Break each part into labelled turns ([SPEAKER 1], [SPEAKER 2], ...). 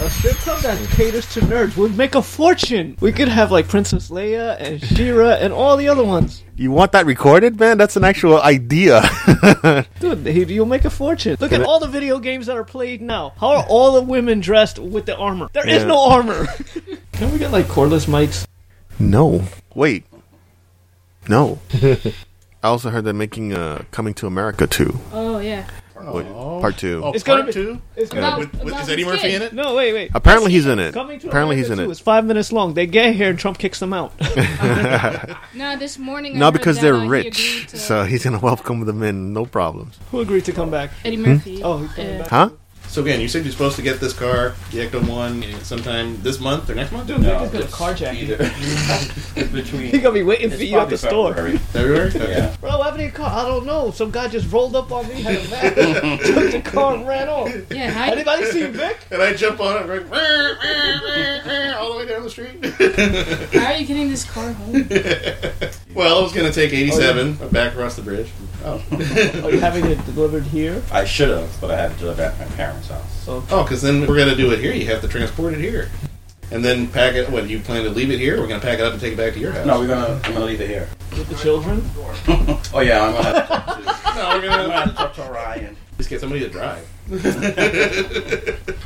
[SPEAKER 1] A sitcom that caters to nerds would make a fortune. We could have like Princess Leia and Shira and all the other ones.
[SPEAKER 2] You want that recorded, man? That's an actual idea.
[SPEAKER 1] Dude, he- you'll make a fortune. Look at all the video games that are played now. How are all the women dressed with the armor? There is
[SPEAKER 2] Yeah.
[SPEAKER 1] no armor. Can we get like cordless mics?
[SPEAKER 2] no. Wait. No. I also heard they're making uh, Coming to America 2,
[SPEAKER 3] Oh yeah.
[SPEAKER 2] wait, part 2.
[SPEAKER 4] Oh,
[SPEAKER 1] It's
[SPEAKER 4] part
[SPEAKER 1] gonna be-
[SPEAKER 4] two.
[SPEAKER 1] It's
[SPEAKER 3] About-
[SPEAKER 4] With- with-
[SPEAKER 3] about
[SPEAKER 4] Uh, is Eddie
[SPEAKER 3] his
[SPEAKER 4] Murphy
[SPEAKER 3] kid.
[SPEAKER 4] in it?
[SPEAKER 1] No, wait, wait.
[SPEAKER 2] Apparently he's in it.
[SPEAKER 1] Coming to
[SPEAKER 2] Apparently he's
[SPEAKER 1] America
[SPEAKER 2] in
[SPEAKER 1] 2
[SPEAKER 2] it.
[SPEAKER 1] is five minutes long. They get here and Trump kicks them out.
[SPEAKER 3] No, this morning. I
[SPEAKER 2] No,
[SPEAKER 3] heard
[SPEAKER 2] because
[SPEAKER 3] that,
[SPEAKER 2] they're
[SPEAKER 3] uh, he
[SPEAKER 2] rich,
[SPEAKER 3] agreed to-
[SPEAKER 2] so he's gonna welcome them in, no problems.
[SPEAKER 1] Who agreed to come back?
[SPEAKER 2] hmm?
[SPEAKER 3] Eddie Murphy.
[SPEAKER 1] Oh, he's coming
[SPEAKER 3] Yeah.
[SPEAKER 1] back.
[SPEAKER 2] Huh?
[SPEAKER 4] So again, you said you're supposed to get this car, the Ecto One, sometime this month or next month.
[SPEAKER 1] Dude, niggas gonna carjack you.
[SPEAKER 5] Either between
[SPEAKER 1] He gonna be waiting for
[SPEAKER 5] It's
[SPEAKER 1] you at
[SPEAKER 5] probably
[SPEAKER 1] the store.
[SPEAKER 5] February.
[SPEAKER 4] February. Okay.
[SPEAKER 5] Yeah.
[SPEAKER 1] Bro, what happened to your car? I don't know. Some guy just rolled up on me, had a match, took the car and ran off.
[SPEAKER 3] Yeah. How you,
[SPEAKER 1] Anybody see Vic?
[SPEAKER 4] And I jump on it, like, "Rrr, rrr, rrr, rrr," all the way down the street.
[SPEAKER 3] how are you getting this car home?
[SPEAKER 4] well, I was gonna
[SPEAKER 6] Oh,
[SPEAKER 4] take 87 back across the bridge. Oh,
[SPEAKER 1] Are you having it delivered here?
[SPEAKER 5] I should have, but I had to do it at my parents' house.
[SPEAKER 4] oh, because then we're gonna do it here. You have to transport it here, and then pack it. What you plan to leave it here? We're gonna pack it up and take it back to your house.
[SPEAKER 5] No, we're gonna. I'm gonna leave it here.
[SPEAKER 1] With the children?
[SPEAKER 5] Oh yeah, I'm gonna have to talk to.
[SPEAKER 4] No, we're
[SPEAKER 5] I'm gonna
[SPEAKER 4] gonna
[SPEAKER 5] have to talk to Ryan.
[SPEAKER 4] just get somebody to drive.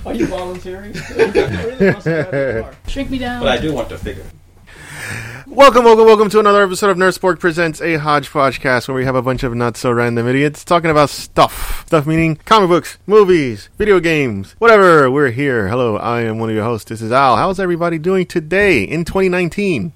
[SPEAKER 1] Are you volunteering? You really must have had a car.
[SPEAKER 3] Shrink me down.
[SPEAKER 5] But I do want the figure.
[SPEAKER 2] Welcome, welcome, welcome to another episode of Nerd Sport Presents a Hodgepodge Cast, where we have a bunch of not so random idiots talking about stuff. Stuff meaning comic books, movies, video games, whatever. We're here. Hello, I am one of your hosts. This is Al. How's everybody doing today in 2019?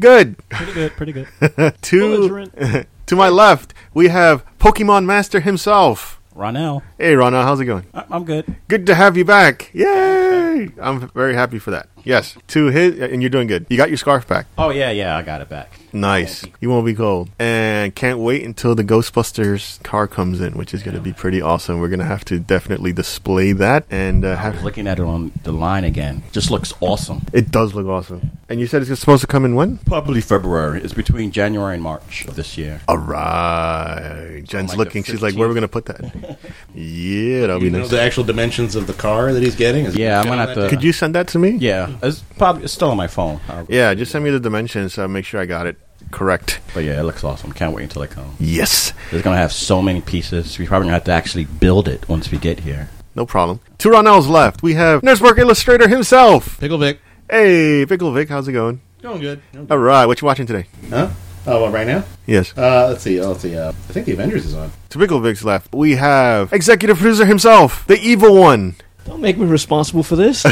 [SPEAKER 2] Good.
[SPEAKER 1] Pretty good, pretty good.
[SPEAKER 2] to
[SPEAKER 1] Belligerent.
[SPEAKER 2] to my left, we have Pokemon Master himself.
[SPEAKER 6] Ronell,
[SPEAKER 2] Hey, Rana, how's it going?
[SPEAKER 6] I- I'm good.
[SPEAKER 2] Good to have you back. Yay! I'm very happy for that. Yes, to his, and you're doing good. You got your scarf back.
[SPEAKER 6] Oh yeah, yeah, I got it back.
[SPEAKER 2] Nice. You won't be cold. And can't wait until the Ghostbusters car comes in, which is going to be pretty awesome. We're going to have to definitely display that and uh,
[SPEAKER 6] I was
[SPEAKER 2] have.
[SPEAKER 6] looking at it on the line again. Just looks awesome.
[SPEAKER 2] It does look awesome. And you said it's supposed to come in when?
[SPEAKER 6] Probably February. It's between January and March of this year.
[SPEAKER 2] All right. Jen's
[SPEAKER 6] Like the
[SPEAKER 2] looking. She's like, where are we going to put that? yeah, that'll be
[SPEAKER 4] You know uh,
[SPEAKER 2] nice.
[SPEAKER 4] the actual dimensions of the car that he's getting. Is
[SPEAKER 6] Yeah, I'm gonna have to-
[SPEAKER 2] Could you send that to me?
[SPEAKER 6] Yeah, it's probably it's still on my phone. Uh,
[SPEAKER 5] Oh.
[SPEAKER 2] Yeah, just send me the dimensions so I make sure I got it correct.
[SPEAKER 6] But yeah, it looks awesome. Can't wait until it comes.
[SPEAKER 2] Yes.
[SPEAKER 6] It's gonna have so many pieces. We probably gonna have to actually build it once we get here.
[SPEAKER 2] No problem. To Ronell's left, we have Nursework Illustrator himself.
[SPEAKER 4] Pickle Vic.
[SPEAKER 2] Hey, Pickle Vic, how's it going?
[SPEAKER 4] Going good.
[SPEAKER 2] All right, what you watching today?
[SPEAKER 4] Huh? Oh, well, right now?
[SPEAKER 2] Yes.
[SPEAKER 4] Uh, let's see. Oh, let's see. Uh, I think the Avengers is on.
[SPEAKER 2] To Pickle Vic's left, we have executive producer himself, the evil one,
[SPEAKER 1] Don't make me responsible for this.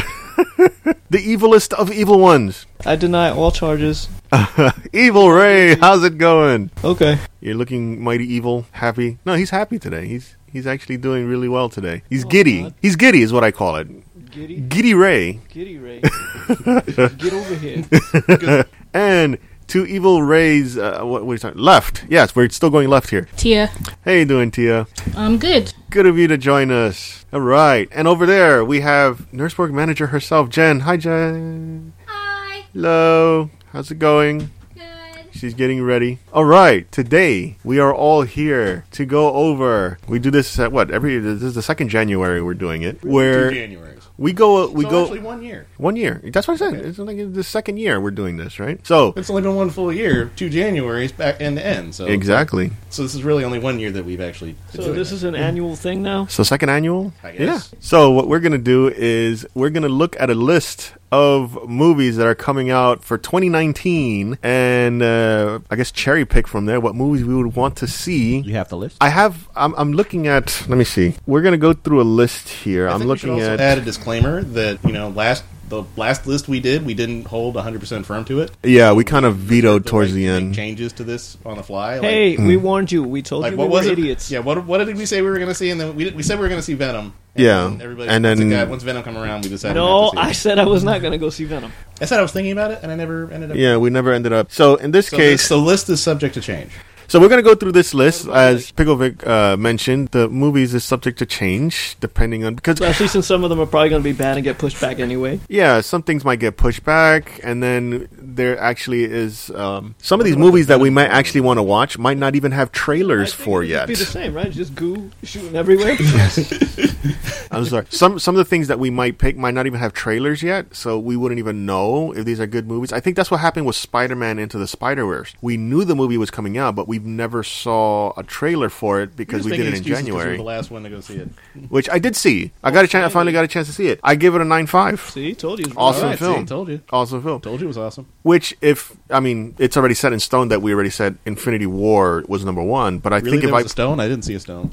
[SPEAKER 2] the evilest of evil ones,
[SPEAKER 1] I deny all charges.
[SPEAKER 2] Evil Ray. How's it going?
[SPEAKER 1] Okay.
[SPEAKER 2] You're looking mighty evil, happy. No, he's happy today. He's he's actually doing really well today. He's giddy.
[SPEAKER 1] God.
[SPEAKER 2] He's giddy is what I call it.
[SPEAKER 1] Giddy,
[SPEAKER 2] Giddy Ray.
[SPEAKER 1] giddy, Ray. Get over here. It's
[SPEAKER 2] And to Evil Ray's uh, what, what are you talking? Left. Yes, we're still going left here.
[SPEAKER 3] Tia,
[SPEAKER 2] How you doing, Tia?
[SPEAKER 3] I'm good.
[SPEAKER 2] Good of you to join us. All right. And over there we have Nurse Work Manager herself, Jen. Hi, Jen.
[SPEAKER 3] Hi.
[SPEAKER 2] Hello. How's it going?
[SPEAKER 3] Good.
[SPEAKER 2] She's getting ready. All right, today we are all here to go over. We do this at what every. This is the second January we're doing it,
[SPEAKER 4] Through
[SPEAKER 2] where
[SPEAKER 4] January.
[SPEAKER 2] we go. uh, We
[SPEAKER 4] so actually
[SPEAKER 2] go
[SPEAKER 4] one year.
[SPEAKER 2] one year. That's what I said. It's like the second year we're doing this, right? So
[SPEAKER 4] It's only been one full year, two Januarys back end to end. So
[SPEAKER 2] exactly.
[SPEAKER 4] So this is really only one year that we've actually.
[SPEAKER 1] So
[SPEAKER 4] been doing
[SPEAKER 1] this
[SPEAKER 4] it.
[SPEAKER 1] is an annual thing now?
[SPEAKER 2] So second annual.
[SPEAKER 4] I guess.
[SPEAKER 2] Yeah. So what we're gonna do is we're gonna look at a list of movies that are coming out for 2019, and uh, I guess cherry pick from there what movies we would want to see.
[SPEAKER 6] You have the list.
[SPEAKER 2] I have. I'm, I'm looking at. Let me see. We're gonna go through a list here.
[SPEAKER 4] I
[SPEAKER 2] I'm
[SPEAKER 4] think we should
[SPEAKER 2] looking
[SPEAKER 4] also
[SPEAKER 2] at.
[SPEAKER 4] Add a disclaimer that you know last the last list we did we didn't hold 100 percent firm to it.
[SPEAKER 2] yeah, we kind of vetoed
[SPEAKER 4] But,
[SPEAKER 2] towards
[SPEAKER 4] like,
[SPEAKER 2] the
[SPEAKER 4] make
[SPEAKER 2] end.
[SPEAKER 4] Changes to this on the fly. like-
[SPEAKER 1] Hey, we warned you. We told
[SPEAKER 4] Like,
[SPEAKER 1] you
[SPEAKER 4] what
[SPEAKER 1] we
[SPEAKER 4] was
[SPEAKER 1] were
[SPEAKER 4] it?
[SPEAKER 1] idiots.
[SPEAKER 4] Yeah. What what did we say we were going to see? And then we did- we said we were going to see Venom. And
[SPEAKER 2] Yeah,
[SPEAKER 4] then Everybody.
[SPEAKER 2] and
[SPEAKER 4] once it
[SPEAKER 2] then-
[SPEAKER 4] got- once Venom come around, we decided.
[SPEAKER 1] No,
[SPEAKER 4] not to see
[SPEAKER 1] I
[SPEAKER 4] it.
[SPEAKER 1] said I was not going to go see Venom.
[SPEAKER 4] I said I was thinking about it, and I never ended up.
[SPEAKER 2] Yeah, we never ended up. So in this
[SPEAKER 4] So,
[SPEAKER 2] case,
[SPEAKER 4] this, the list is subject to change.
[SPEAKER 2] So we're going to go through this list. As Picklevic uh, mentioned, the movies is subject to change depending on. Because,
[SPEAKER 1] Especially since some of them are probably going to be bad and get pushed back anyway.
[SPEAKER 2] yeah, some things might get pushed back, and then there actually is. Um, some of these movies that we might actually want to watch might not even have trailers
[SPEAKER 1] I think
[SPEAKER 2] for
[SPEAKER 1] it'd
[SPEAKER 2] yet.
[SPEAKER 1] Be the same, right? Just goo shooting everywhere.
[SPEAKER 2] I'm sorry. Some some of the things that we might pick might not even have trailers yet, so we wouldn't even know if these are good movies. I think that's what happened with Spider-Man into the Spider-Verse. We knew the movie was coming out, but we never saw a trailer for it because
[SPEAKER 7] Just
[SPEAKER 2] we did
[SPEAKER 7] making
[SPEAKER 2] it in
[SPEAKER 7] excuses 'cause
[SPEAKER 2] January,
[SPEAKER 7] You're the last one to go see it.
[SPEAKER 2] which I did see. I got a chance. I finally got a chance to see it. I give it a nine five.
[SPEAKER 1] See, told you. it was
[SPEAKER 2] Awesome
[SPEAKER 1] wrong.
[SPEAKER 7] Alright, see,
[SPEAKER 2] film.
[SPEAKER 7] told you.
[SPEAKER 2] Awesome film.
[SPEAKER 7] Told you it was awesome.
[SPEAKER 2] Which, if I mean, it's already set in stone that we already said Infinity War was number one. But I
[SPEAKER 7] Really,
[SPEAKER 2] think
[SPEAKER 7] there
[SPEAKER 2] if
[SPEAKER 7] was
[SPEAKER 2] I
[SPEAKER 7] a stone. I didn't see a stone.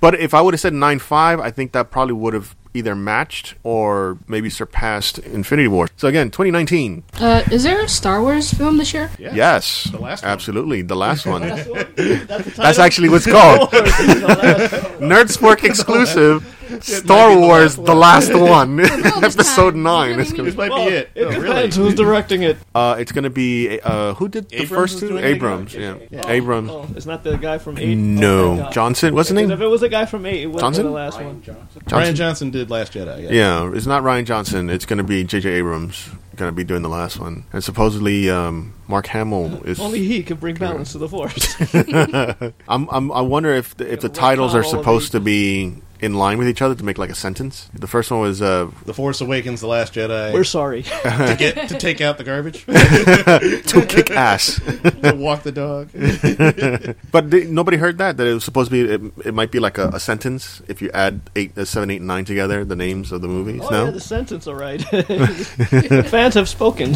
[SPEAKER 2] But if I would have said nine five, I think that probably would have either matched or maybe surpassed Infinity War. So again, 2019.
[SPEAKER 8] Uh, is there a Star Wars film this year?
[SPEAKER 7] Yeah.
[SPEAKER 2] Yes.
[SPEAKER 7] The last one.
[SPEAKER 2] Absolutely. The last one.
[SPEAKER 1] That's what- That's, the
[SPEAKER 2] That's
[SPEAKER 1] title.
[SPEAKER 2] actually what's called
[SPEAKER 1] The last one.
[SPEAKER 2] Nerdspork exclusive Star Wars The Last One, episode 9. It's gonna,
[SPEAKER 7] This might
[SPEAKER 1] Well,
[SPEAKER 7] be it.
[SPEAKER 1] it
[SPEAKER 7] No,
[SPEAKER 1] depends
[SPEAKER 7] really.
[SPEAKER 1] who's directing it.
[SPEAKER 2] uh, it's going to be uh, who did the
[SPEAKER 7] Abrams
[SPEAKER 2] first
[SPEAKER 7] is
[SPEAKER 2] two?
[SPEAKER 7] doing it again?
[SPEAKER 2] Abrams. Yeah.
[SPEAKER 1] Oh,
[SPEAKER 2] Abrams.
[SPEAKER 1] oh, it's not the guy from eight. Oh my
[SPEAKER 2] No.
[SPEAKER 1] God.
[SPEAKER 2] Johnson, wasn't
[SPEAKER 1] Because if
[SPEAKER 2] he?
[SPEAKER 1] it was the guy from eight, it wasn't
[SPEAKER 2] Johnson?
[SPEAKER 1] the last
[SPEAKER 5] Ryan
[SPEAKER 1] one.
[SPEAKER 5] Johnson.
[SPEAKER 7] Ryan
[SPEAKER 2] Johnson.
[SPEAKER 7] Johnson did Last Jedi. Yeah.
[SPEAKER 2] Yeah, it's not Ryan Johnson. It's going to be J.J. Abrams going to be doing the last one, and supposedly um, Mark Hamill is.
[SPEAKER 1] Only he could bring balance to the force.
[SPEAKER 2] I'm, I'm, I wonder if the, if the titles are supposed to be in line with each other to make like a sentence. The first one was uh,
[SPEAKER 7] The Force Awakens, The Last Jedi.
[SPEAKER 1] We're sorry.
[SPEAKER 7] to get to take out the garbage,
[SPEAKER 2] to kick ass,
[SPEAKER 7] to walk the dog.
[SPEAKER 2] but th- nobody heard that. That it was supposed to be. It, it might be like a, a sentence if you add eight, uh, seven, eight, and nine together. The names of the movies.
[SPEAKER 1] Oh,
[SPEAKER 2] no,
[SPEAKER 1] yeah, the sentence, all right. Fans have spoken.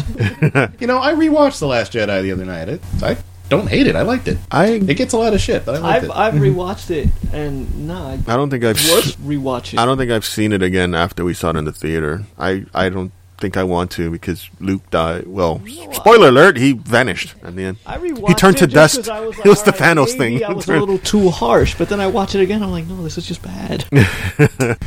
[SPEAKER 7] You know, I rewatched The Last Jedi the other night. It, I don't hate it. I liked it.
[SPEAKER 2] I
[SPEAKER 7] It gets a lot of shit, but I liked
[SPEAKER 1] I've,
[SPEAKER 7] it.
[SPEAKER 1] I've rewatched it, and nah,
[SPEAKER 2] I don't think I've.
[SPEAKER 1] worth rewatching.
[SPEAKER 2] I don't think I've seen it again after we saw it in the theater. I, I don't think I want to because Luke died. Well, spoiler alert, he vanished at the end.
[SPEAKER 1] I rewatched
[SPEAKER 2] He turned
[SPEAKER 1] it
[SPEAKER 2] to
[SPEAKER 1] just
[SPEAKER 2] dust.
[SPEAKER 1] 'cause I was
[SPEAKER 2] It
[SPEAKER 1] like,
[SPEAKER 2] was the
[SPEAKER 1] "All right,
[SPEAKER 2] Thanos
[SPEAKER 1] maybe
[SPEAKER 2] thing."
[SPEAKER 1] I was a little too harsh, but then I watch it again. I'm like, no, this is just bad.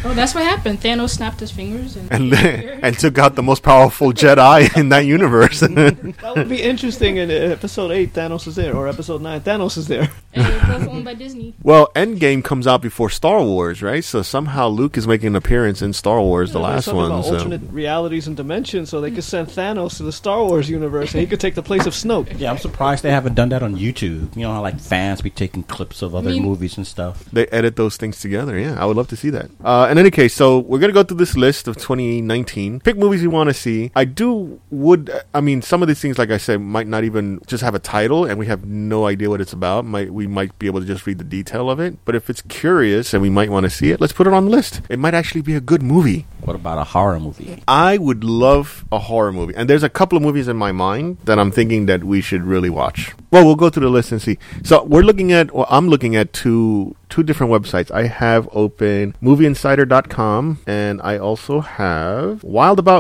[SPEAKER 8] Oh, that's what happened. Thanos snapped his fingers and.
[SPEAKER 2] And and took out the most powerful Jedi in that universe.
[SPEAKER 1] that would be interesting. In uh, episode eight, Thanos is there, or episode nine, Thanos is there.
[SPEAKER 8] and they're both owned by Disney.
[SPEAKER 2] well, Endgame comes out before Star Wars, right? So somehow Luke is making an appearance in Star Wars, the
[SPEAKER 1] There's
[SPEAKER 2] last um,
[SPEAKER 1] something
[SPEAKER 2] one.
[SPEAKER 1] about
[SPEAKER 2] So.
[SPEAKER 1] alternate realities and dimensions, so they could send Thanos to the Star Wars universe, and he could take the place of Snoke.
[SPEAKER 6] Yeah, I'm surprised they haven't done that on YouTube. You know how like fans be taking clips of other
[SPEAKER 8] mean-
[SPEAKER 6] movies and stuff.
[SPEAKER 2] They edit those things together. Yeah, I would love to see that. Uh, in any case, so we're gonna go through this list of 2019. Pick movies you want to see. I do would. I mean, some of these things, like I said, might not even just have a title, and we have no idea what it's about. Might we might be able to just read the detail of it. But if it's curious and we might want to see it, let's put it on the list. It might actually be a good movie.
[SPEAKER 6] What about a horror movie?
[SPEAKER 2] I would love a horror movie. And there's a couple of movies in my mind that I'm thinking that we should really watch. Well, we'll go through the list and see. So we're looking at, well, I'm looking at two two different websites. I have open movieinsider.com and I also have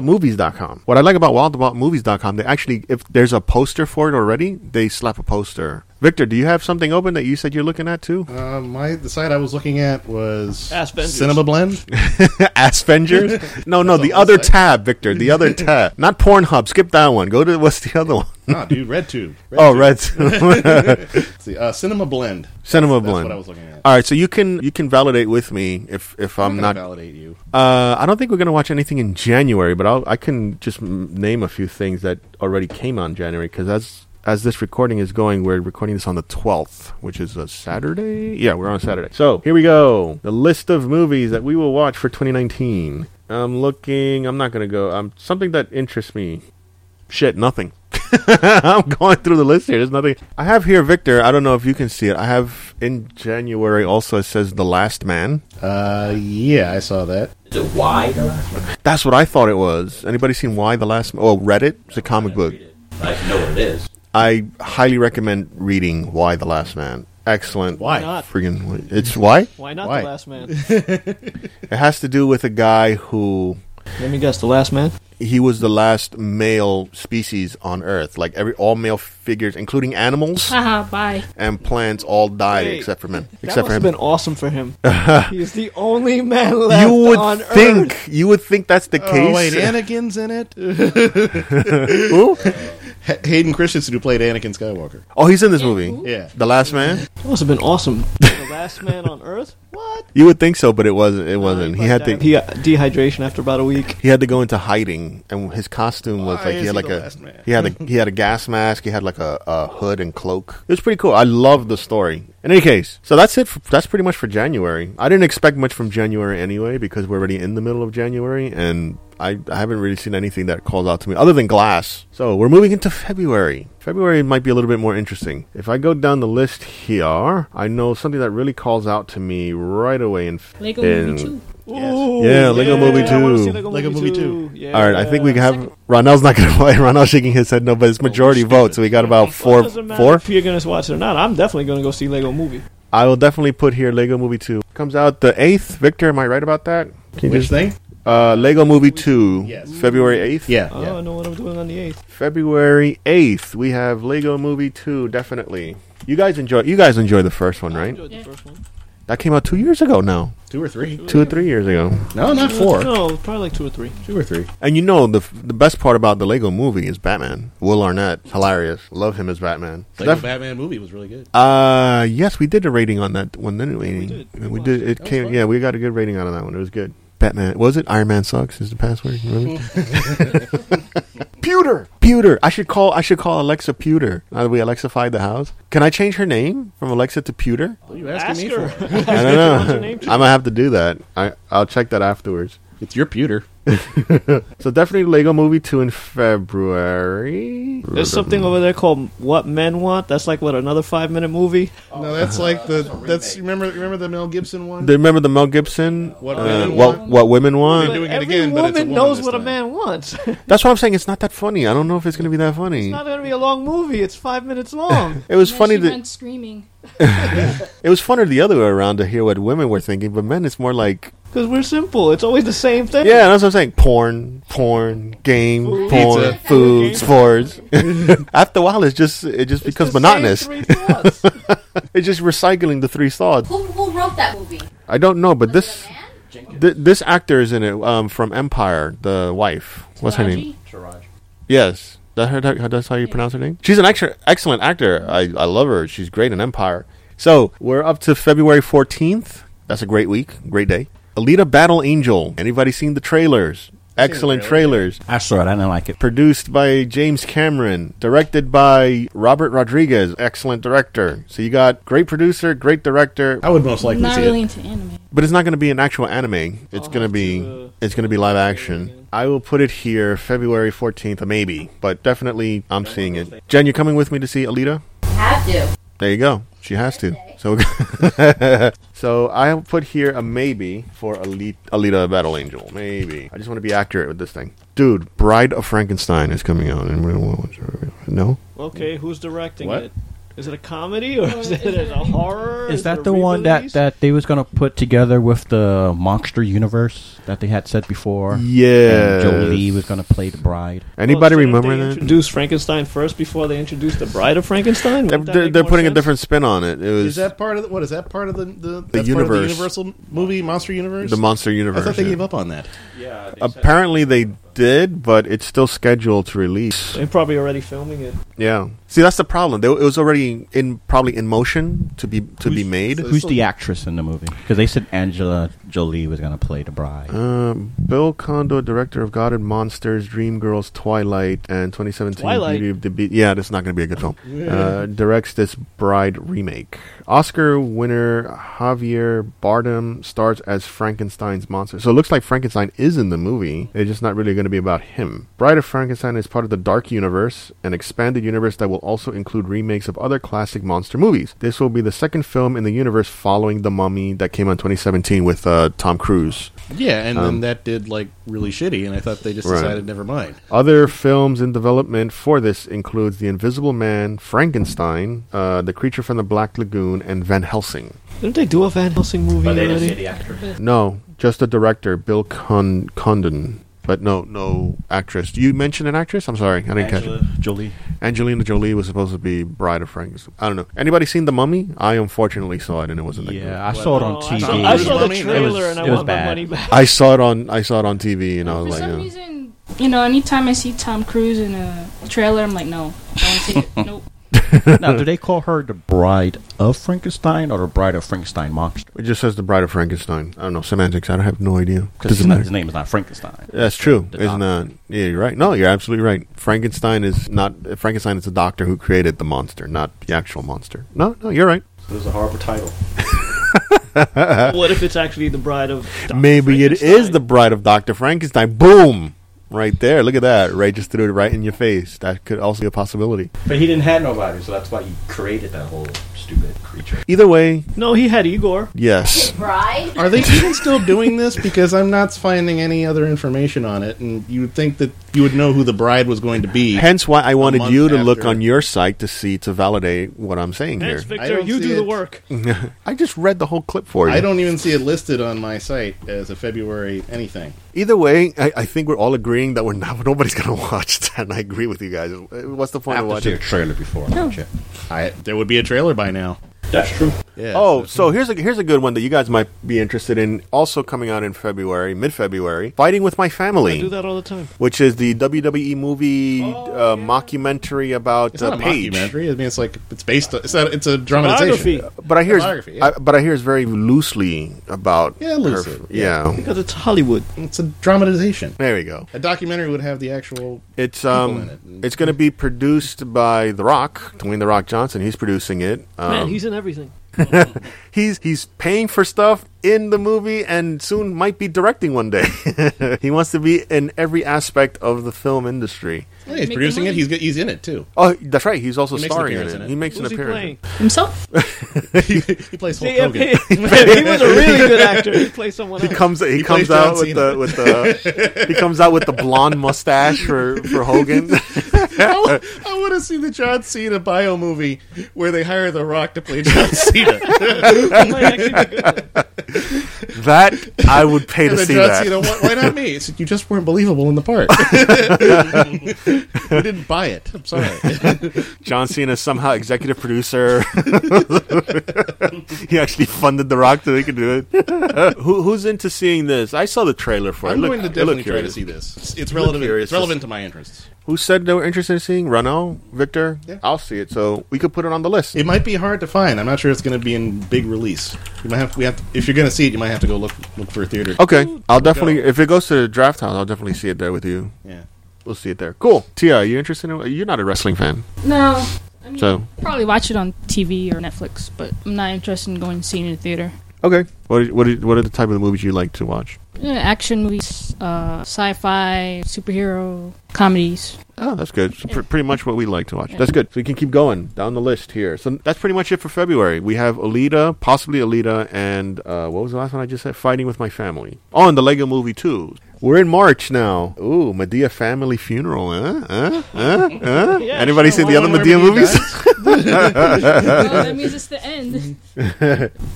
[SPEAKER 2] wildaboutmovies.com. What I like about wildaboutmovies.com, they actually, if there's a poster for it already, they slap a poster. Victor, do you have something open that you said you're looking at too?
[SPEAKER 7] Uh, my the site I was looking at was
[SPEAKER 1] Aspen.
[SPEAKER 7] Cinema Blend.
[SPEAKER 2] Aspengers? No, no,
[SPEAKER 7] That's
[SPEAKER 2] the
[SPEAKER 7] on
[SPEAKER 2] other
[SPEAKER 7] the site.
[SPEAKER 2] tab, Victor. The other tab. Not Pornhub. Skip that one. Go to what's the other one?
[SPEAKER 7] nah, dude, RedTube. Red
[SPEAKER 2] oh, Reds.
[SPEAKER 7] See, uh, Cinema Blend.
[SPEAKER 2] Cinema
[SPEAKER 7] That's
[SPEAKER 2] Blend.
[SPEAKER 7] what I was looking at.
[SPEAKER 2] All right, so you can you can validate with me if if I'm,
[SPEAKER 7] gonna
[SPEAKER 2] not.
[SPEAKER 7] validate you.
[SPEAKER 2] Uh, I don't think we're gonna watch anything in January, but I'll, I can just m- name a few things that already came on January because as as this recording is going, we're recording this on the 12th, which is a Saturday. Yeah, we're on a Saturday. So here we go. The list of movies that we will watch for 2019. I'm looking. I'm not gonna go. Um, something that interests me. Shit, nothing. I'm going through the list here. There's nothing. I have here Victor. I don't know if you can see it. I have in January also it says The Last Man.
[SPEAKER 7] Uh, yeah, I saw that.
[SPEAKER 5] Is it wide?
[SPEAKER 2] That's what I thought it was. Anybody seen Why the Last Man? Oh, Reddit. It's a comic book.
[SPEAKER 5] I know what it is.
[SPEAKER 2] I highly recommend reading Why the Last Man. Excellent.
[SPEAKER 7] Why?
[SPEAKER 1] Not.
[SPEAKER 2] Friggin' it's why?
[SPEAKER 1] Why not
[SPEAKER 7] Why?
[SPEAKER 1] the last man?
[SPEAKER 2] It has to do with a guy who
[SPEAKER 1] Let me guess, the last man.
[SPEAKER 2] he was the last male species on Earth. Like every all male figures, including animals
[SPEAKER 8] Haha, bye.
[SPEAKER 2] and plants, all died
[SPEAKER 1] Wait.
[SPEAKER 2] except for men.
[SPEAKER 1] That
[SPEAKER 2] Except
[SPEAKER 1] must
[SPEAKER 2] for
[SPEAKER 1] have
[SPEAKER 2] him.
[SPEAKER 1] been awesome for him. He's the only man left
[SPEAKER 2] you would
[SPEAKER 1] on
[SPEAKER 2] think
[SPEAKER 1] Earth. Oh,
[SPEAKER 2] you would think that's the
[SPEAKER 7] Oh
[SPEAKER 2] case.
[SPEAKER 7] wait, Anakin's in it.
[SPEAKER 2] Who?
[SPEAKER 7] H- Hayden Christensen who played Anakin Skywalker.
[SPEAKER 2] Oh, he's in this movie.
[SPEAKER 7] Yeah.
[SPEAKER 2] The Last Man.
[SPEAKER 1] That must have been awesome. the last man on Earth. What?
[SPEAKER 2] You would think so, but it wasn't. It wasn't. He had to.
[SPEAKER 1] He got dehydration after about a week.
[SPEAKER 2] He had to go into hiding, and his costume was
[SPEAKER 7] Why
[SPEAKER 2] like he
[SPEAKER 7] is
[SPEAKER 2] had
[SPEAKER 7] he
[SPEAKER 2] like
[SPEAKER 7] the
[SPEAKER 2] a
[SPEAKER 7] last man?
[SPEAKER 2] he had a he had a gas mask. He had like a, a hood and cloak. It was pretty cool. I love the story. In any case, so that's it. For, that's pretty much for January. I didn't expect much from January anyway because we're already in the middle of January, and I, I haven't really seen anything that calls out to me other than Glass. So we're moving into February. February might be a little bit more interesting. If I go down the list here, I know something that really calls out to me right away in
[SPEAKER 8] Lego
[SPEAKER 2] in-
[SPEAKER 8] Movie 2.
[SPEAKER 1] Ooh,
[SPEAKER 2] Yeah, Lego Movie
[SPEAKER 1] I wanna see
[SPEAKER 2] 2.
[SPEAKER 1] Lego
[SPEAKER 7] Lego
[SPEAKER 1] Movie
[SPEAKER 7] Movie
[SPEAKER 1] 2. Yeah.
[SPEAKER 2] All right, I think we have Ronald's not going to play. Ronald's shaking his head no, but it's majority vote, so we got about
[SPEAKER 1] Well,
[SPEAKER 2] four.
[SPEAKER 1] Oh, it doesn't matter
[SPEAKER 2] Four.
[SPEAKER 1] If you're gonna watch it or not, I'm definitely gonna go see Lego Movie.
[SPEAKER 2] I will definitely put here Lego Movie Two comes out the eighth. Victor, am I right about that? Can you
[SPEAKER 7] Which
[SPEAKER 2] just-
[SPEAKER 7] thing?
[SPEAKER 2] uh, Lego Movie Two,
[SPEAKER 7] Yes.
[SPEAKER 2] February eighth.
[SPEAKER 7] Yeah.
[SPEAKER 1] Oh, I
[SPEAKER 7] yeah.
[SPEAKER 1] don't know what I'm doing on the eighth.
[SPEAKER 2] February eighth. We have Lego Movie Two, definitely. You guys enjoy. You guys enjoy the first one, right?
[SPEAKER 8] the Yeah.
[SPEAKER 1] first one.
[SPEAKER 2] That came out two years ago now,
[SPEAKER 7] Two or three?
[SPEAKER 2] two or three years ago.
[SPEAKER 7] No, not four.
[SPEAKER 1] No, probably like two or three.
[SPEAKER 7] Two or three.
[SPEAKER 2] And you know the f- the best part about the Lego Movie is Batman. Will Arnett, hilarious. Love him as Batman.
[SPEAKER 7] Lego
[SPEAKER 2] Def-
[SPEAKER 7] Batman movie was really good.
[SPEAKER 2] Uh yes, we did a rating on that one, didn't we? we
[SPEAKER 1] did.
[SPEAKER 2] did.
[SPEAKER 1] We
[SPEAKER 2] It
[SPEAKER 7] was
[SPEAKER 2] came.
[SPEAKER 7] fun.
[SPEAKER 2] Yeah, we got a good rating out of that one. It was good. Batman was it? Iron Man sucks is the password. Really? Pewter, Pewter. I should call. I should call Alexa Pewter. Now that we Alexified the house, can I change her name from Alexa to Pewter?
[SPEAKER 7] What are you asking me for?
[SPEAKER 2] I don't
[SPEAKER 1] what's her
[SPEAKER 2] know.
[SPEAKER 1] name?
[SPEAKER 2] I'm gonna have to do that. I I'll check that afterwards.
[SPEAKER 7] It's your pewter.
[SPEAKER 2] So definitely Lego Movie two in February.
[SPEAKER 1] There's something over there called What Men Want. That's like what another five minute movie.
[SPEAKER 7] No, that's
[SPEAKER 2] Oh.
[SPEAKER 7] like the that's remember remember the Mel Gibson one.
[SPEAKER 2] They remember the Mel Gibson?
[SPEAKER 7] What
[SPEAKER 2] uh,
[SPEAKER 7] women
[SPEAKER 2] what
[SPEAKER 7] want?
[SPEAKER 2] what women want?
[SPEAKER 7] They're doing it
[SPEAKER 1] every
[SPEAKER 7] again, but
[SPEAKER 1] woman
[SPEAKER 7] it's a woman
[SPEAKER 1] knows
[SPEAKER 7] this
[SPEAKER 1] what a
[SPEAKER 7] time.
[SPEAKER 1] man wants. it's
[SPEAKER 2] That's what I'm saying. It's not that funny. I don't know if it's gonna be that funny.
[SPEAKER 1] not gonna be a long movie. It's five minutes long.
[SPEAKER 2] It was funny
[SPEAKER 8] she
[SPEAKER 2] that
[SPEAKER 8] went screaming.
[SPEAKER 2] it was funner the other way around to hear what women were thinking, but men, it's more like
[SPEAKER 1] Because we're simple. It's always the same thing.
[SPEAKER 2] yeah, that's what I'm saying. Porn, porn, game,
[SPEAKER 1] Food.
[SPEAKER 2] porn,
[SPEAKER 7] Pizza.
[SPEAKER 2] food,
[SPEAKER 1] Game.
[SPEAKER 2] sports. After a while, it's just it just
[SPEAKER 1] It's
[SPEAKER 2] becomes
[SPEAKER 1] the same
[SPEAKER 2] monotonous.
[SPEAKER 1] three thoughts.
[SPEAKER 2] It's just recycling the three thoughts.
[SPEAKER 9] Who, who wrote that movie?
[SPEAKER 2] I don't know, but
[SPEAKER 9] Was
[SPEAKER 2] this
[SPEAKER 9] it a man?
[SPEAKER 2] th- this actor is in it um, from Empire. The wife, what's her name?
[SPEAKER 8] Taraji?
[SPEAKER 5] Siraj.
[SPEAKER 2] Yes. That her, that- that's how you pronounce her name? She's an extra, excellent actor. I, I love her. She's great in Empire. So we're up to February 14th. That's a great week. Great day. Alita Battle Angel. Anybody seen the trailers? Excellent trailers.
[SPEAKER 6] I saw it. I didn't like it.
[SPEAKER 2] Produced by James Cameron. Directed by Robert Rodriguez. Excellent director. So you got great producer, great director.
[SPEAKER 7] I would most likely
[SPEAKER 8] Not
[SPEAKER 7] see
[SPEAKER 8] really
[SPEAKER 7] it.
[SPEAKER 8] into anime.
[SPEAKER 2] But it's not going to be an actual anime. It's going to
[SPEAKER 1] have
[SPEAKER 2] be
[SPEAKER 1] to, uh,
[SPEAKER 2] it's going to be live action. I will put it here February 14th, maybe, but definitely I'm seeing it. Jen, you coming with me to see Alita?
[SPEAKER 9] Have to.
[SPEAKER 2] There you go. She has to. So So I will put here a maybe for Alita, Alita Battle Angel. Maybe. I just want to be accurate with this thing. Dude, Bride of Frankenstein is coming out and we no?
[SPEAKER 1] okay, who's directing
[SPEAKER 7] What?
[SPEAKER 1] it? Is it a comedy or is it a horror?
[SPEAKER 6] Is
[SPEAKER 1] it
[SPEAKER 6] that
[SPEAKER 1] a
[SPEAKER 6] the one that,
[SPEAKER 1] re-release?
[SPEAKER 6] that they was gonna put together with the monster universe that they had said before?
[SPEAKER 2] Yeah.
[SPEAKER 6] And Jolie was gonna play the bride.
[SPEAKER 2] Anybody
[SPEAKER 1] Well, shouldn't
[SPEAKER 2] remember
[SPEAKER 1] Oh, they
[SPEAKER 2] that?
[SPEAKER 1] Introduce Frankenstein first before they introduce the Bride of Frankenstein.
[SPEAKER 2] They're,
[SPEAKER 1] Wouldn't that
[SPEAKER 2] they're,
[SPEAKER 1] make
[SPEAKER 2] they're
[SPEAKER 1] more
[SPEAKER 2] putting a
[SPEAKER 1] sense?
[SPEAKER 2] different spin on it. It
[SPEAKER 7] Is
[SPEAKER 2] was
[SPEAKER 7] that part of the, what is that part of the the, that's part of the
[SPEAKER 2] universe.
[SPEAKER 7] Universal movie Monster Universe?
[SPEAKER 2] the Monster
[SPEAKER 7] I
[SPEAKER 2] Universe.
[SPEAKER 7] thought they
[SPEAKER 2] yeah.
[SPEAKER 7] gave up on that.
[SPEAKER 5] Yeah.
[SPEAKER 2] Apparently they did, but it's still scheduled to release.
[SPEAKER 1] They're probably already filming it.
[SPEAKER 2] Yeah. See, that's the problem. They, it was already in probably in motion to be to be made.
[SPEAKER 6] Who's the actress in the movie? Because they said Angela Jolie was gonna play the bride.
[SPEAKER 2] Um, Bill Kondo, director of God and Monsters, Dreamgirls, Twilight, and 2017.
[SPEAKER 1] Twilight?
[SPEAKER 2] Beauty of the Be- yeah, that's not going to be a good film. Uh, directs this Bride remake. Oscar winner Javier Bardem stars as Frankenstein's monster. So it looks like Frankenstein is in the movie. It's just not really going to be about him. Bride of Frankenstein is part of the Dark Universe, an expanded universe that will also include remakes of other classic monster movies. This will be the second film in the universe following The Mummy that came out in 2017 with uh, Tom Cruise.
[SPEAKER 7] Yeah, and then that did like really shitty, and I thought they just
[SPEAKER 2] Um, Right.
[SPEAKER 7] decided never mind.
[SPEAKER 2] Other films in development for this includes The Invisible Man, Frankenstein, uh, The Creature from the Black Lagoon, and Van Helsing.
[SPEAKER 1] Didn't they do a Van Helsing movie
[SPEAKER 5] But they didn't see
[SPEAKER 1] already?
[SPEAKER 5] the actor.
[SPEAKER 2] No, just the director, Bill Con- Condon. But no, no actress. You mentioned an actress? I'm sorry, I didn't catch it.
[SPEAKER 6] Angela Jolie.
[SPEAKER 2] Angelina Jolie was supposed to be Bride of Frankenstein. I don't know. Anybody seen The Mummy? I unfortunately saw it and it wasn't that good.
[SPEAKER 6] Yeah, I saw it on
[SPEAKER 1] Oh,
[SPEAKER 6] TV.
[SPEAKER 1] I saw, I saw
[SPEAKER 7] It
[SPEAKER 1] the
[SPEAKER 7] was-
[SPEAKER 1] trailer
[SPEAKER 6] it was-
[SPEAKER 1] and
[SPEAKER 6] it
[SPEAKER 1] I
[SPEAKER 6] was
[SPEAKER 1] want my
[SPEAKER 6] bad.
[SPEAKER 1] money back.
[SPEAKER 2] I saw it on I saw it on TV and I
[SPEAKER 8] For
[SPEAKER 2] was like,
[SPEAKER 8] some
[SPEAKER 2] yeah.
[SPEAKER 8] reason, you know, anytime I see Tom Cruise in a trailer. I'm like, no, I want to see it. Nope.
[SPEAKER 6] now, do they call her the Bride of Frankenstein or the Bride of Frankenstein Monster?
[SPEAKER 2] It just says the Bride of Frankenstein. I don't know semantics. I don't have no idea.
[SPEAKER 6] Because
[SPEAKER 2] Doesn't matter.
[SPEAKER 6] his name is not Frankenstein.
[SPEAKER 2] That's true.
[SPEAKER 6] The
[SPEAKER 2] It's
[SPEAKER 6] doctor.
[SPEAKER 2] not. Yeah, you're right. No, you're absolutely right. Frankenstein is not. Frankenstein is the doctor who created the monster, not the actual monster. No, no, you're right.
[SPEAKER 5] It was a horrible title.
[SPEAKER 1] what if it's actually the bride of? Dr.
[SPEAKER 2] Maybe it is
[SPEAKER 1] Frankenstein?
[SPEAKER 2] the bride of Doctor Frankenstein. Boom! Right there. Look at that. Right, just threw it right in your face. That could also be a possibility.
[SPEAKER 5] But he didn't have nobody, so that's why he created that whole stupid creature.
[SPEAKER 2] Either way,
[SPEAKER 1] No, he had Igor.
[SPEAKER 2] yes.
[SPEAKER 9] Bride?
[SPEAKER 4] Are they even still doing this? Because I'm not finding any other information on it, and you would think that you would know who the bride was going to be.
[SPEAKER 2] Hence why I wanted
[SPEAKER 4] month
[SPEAKER 2] you to look
[SPEAKER 4] after.
[SPEAKER 2] on your site to see to validate what I'm saying
[SPEAKER 1] Thanks,
[SPEAKER 2] here.
[SPEAKER 1] Victor.
[SPEAKER 4] don't
[SPEAKER 1] You
[SPEAKER 4] see
[SPEAKER 1] do the
[SPEAKER 4] it.
[SPEAKER 1] work.
[SPEAKER 2] I just read the whole clip for you.
[SPEAKER 4] I don't even see it listed on my site as a February anything.
[SPEAKER 2] Either way, I, I think we're all agreeing that we're not. Nobody's gonna watch that. And I agree with you guys. What's the point
[SPEAKER 6] I
[SPEAKER 2] of
[SPEAKER 6] have to
[SPEAKER 2] watching?
[SPEAKER 6] see a trailer before I watch it.
[SPEAKER 4] I there would be a trailer by now.
[SPEAKER 5] That's true.
[SPEAKER 4] Yeah.
[SPEAKER 2] Oh, so here's a here's a good one that you guys might be interested in. Also coming out in February, mid February, fighting with my
[SPEAKER 1] I do
[SPEAKER 2] family,
[SPEAKER 1] that all the time.
[SPEAKER 2] which is the WWE movie uh, mockumentary about
[SPEAKER 4] Oh, it's
[SPEAKER 2] uh,
[SPEAKER 4] not a
[SPEAKER 2] Paige.
[SPEAKER 4] mockumentary. I mean, it's like it's based. On, it's not. It's a dramatization.
[SPEAKER 1] Biography.
[SPEAKER 2] But I hear, it's,
[SPEAKER 4] Biography, yeah.
[SPEAKER 2] I- but I hear it's very loosely about.
[SPEAKER 4] Yeah, loosely,
[SPEAKER 2] her- yeah.
[SPEAKER 1] Because it's Hollywood.
[SPEAKER 4] It's a dramatization.
[SPEAKER 2] There we go.
[SPEAKER 4] A documentary would have the actual.
[SPEAKER 2] It's
[SPEAKER 4] in
[SPEAKER 2] um,
[SPEAKER 4] it.
[SPEAKER 2] it's going to be produced by The Rock, Dwayne The Rock Johnson. He's producing it. Um,
[SPEAKER 1] Man, he's in everything.
[SPEAKER 2] he's he's paying for stuff in the movie and soon might be directing one day. he wants to be in every aspect of the film industry.
[SPEAKER 4] Yeah, he's
[SPEAKER 8] Make
[SPEAKER 4] producing
[SPEAKER 8] the
[SPEAKER 4] it.
[SPEAKER 8] money.
[SPEAKER 4] He's get- he's in it too.
[SPEAKER 2] Oh, that's right. He's also
[SPEAKER 4] He makes an
[SPEAKER 2] starring in
[SPEAKER 4] appearance
[SPEAKER 2] it.
[SPEAKER 4] in it.
[SPEAKER 2] He makes
[SPEAKER 1] Who's
[SPEAKER 2] an
[SPEAKER 1] he
[SPEAKER 2] appearance.
[SPEAKER 1] playing?
[SPEAKER 8] Himself?
[SPEAKER 4] he plays Hulk
[SPEAKER 1] Yeah,
[SPEAKER 4] Hogan.
[SPEAKER 1] he was a really good actor. He plays someone
[SPEAKER 2] He
[SPEAKER 1] else.
[SPEAKER 2] comes. He,
[SPEAKER 4] He
[SPEAKER 2] comes
[SPEAKER 4] plays John
[SPEAKER 2] out with
[SPEAKER 4] Cena.
[SPEAKER 2] the with the. he comes out with the blonde mustache for for Hogan.
[SPEAKER 4] I, want to see the John Cena bio movie where they hire The Rock to play John Cena.
[SPEAKER 1] He might actually be good.
[SPEAKER 2] that I would pay to
[SPEAKER 4] and then
[SPEAKER 2] see
[SPEAKER 4] John
[SPEAKER 2] that.
[SPEAKER 4] Cena, why, why not me? It's like, you just weren't believable in the part. you didn't buy it. I'm sorry.
[SPEAKER 2] John Cena is somehow executive producer. he actually funded The Rock so he could do it. Who, who's into seeing this? I saw the trailer for it.
[SPEAKER 4] I'm
[SPEAKER 2] Look-
[SPEAKER 4] going to
[SPEAKER 2] it looked
[SPEAKER 4] definitely try to
[SPEAKER 2] curious.
[SPEAKER 4] see this. It's, it's
[SPEAKER 2] look
[SPEAKER 4] relevant.
[SPEAKER 2] curious.
[SPEAKER 4] It's relevant to my interests.
[SPEAKER 2] Who said they were interested in seeing Renault, Victor?
[SPEAKER 4] Yeah.
[SPEAKER 2] I'll see it, so we could put it on the list.
[SPEAKER 4] It might be hard to find. I'm not sure it's going to be in big release. You might have. We have. To, if you're going to see it, you might have to go look look for a theater.
[SPEAKER 2] okay, I'll definitely. If it goes to the draft house, I'll definitely see it there with you.
[SPEAKER 4] Yeah.
[SPEAKER 2] We'll see it there. Cool. Tia, are you interested in? You're not a wrestling fan,
[SPEAKER 8] No. I mean,
[SPEAKER 2] so
[SPEAKER 8] probably watch it on TV or Netflix, but I'm not interested in going and seeing it in the theater.
[SPEAKER 2] okay. What are- what are- what are the type of movies you like to watch?
[SPEAKER 8] Yeah, action movies, uh, sci-fi, superhero comedies.
[SPEAKER 2] Oh, that's good. So pr- pretty much what we like to watch. That's good. So we can keep going down the list here. So that's pretty much it for February. We have Alita, possibly Alita, and uh, what was the last one I just said? Fighting with My Family. Oh, and the Lego Movie 2. We're in March now. Ooh, Medea Family Funeral, huh? Huh? Huh? Huh?
[SPEAKER 1] Yeah,
[SPEAKER 2] Anybody
[SPEAKER 1] sure,
[SPEAKER 2] see the
[SPEAKER 1] why
[SPEAKER 2] other
[SPEAKER 1] not?
[SPEAKER 2] Medea movies?
[SPEAKER 8] oh, that means it's the end.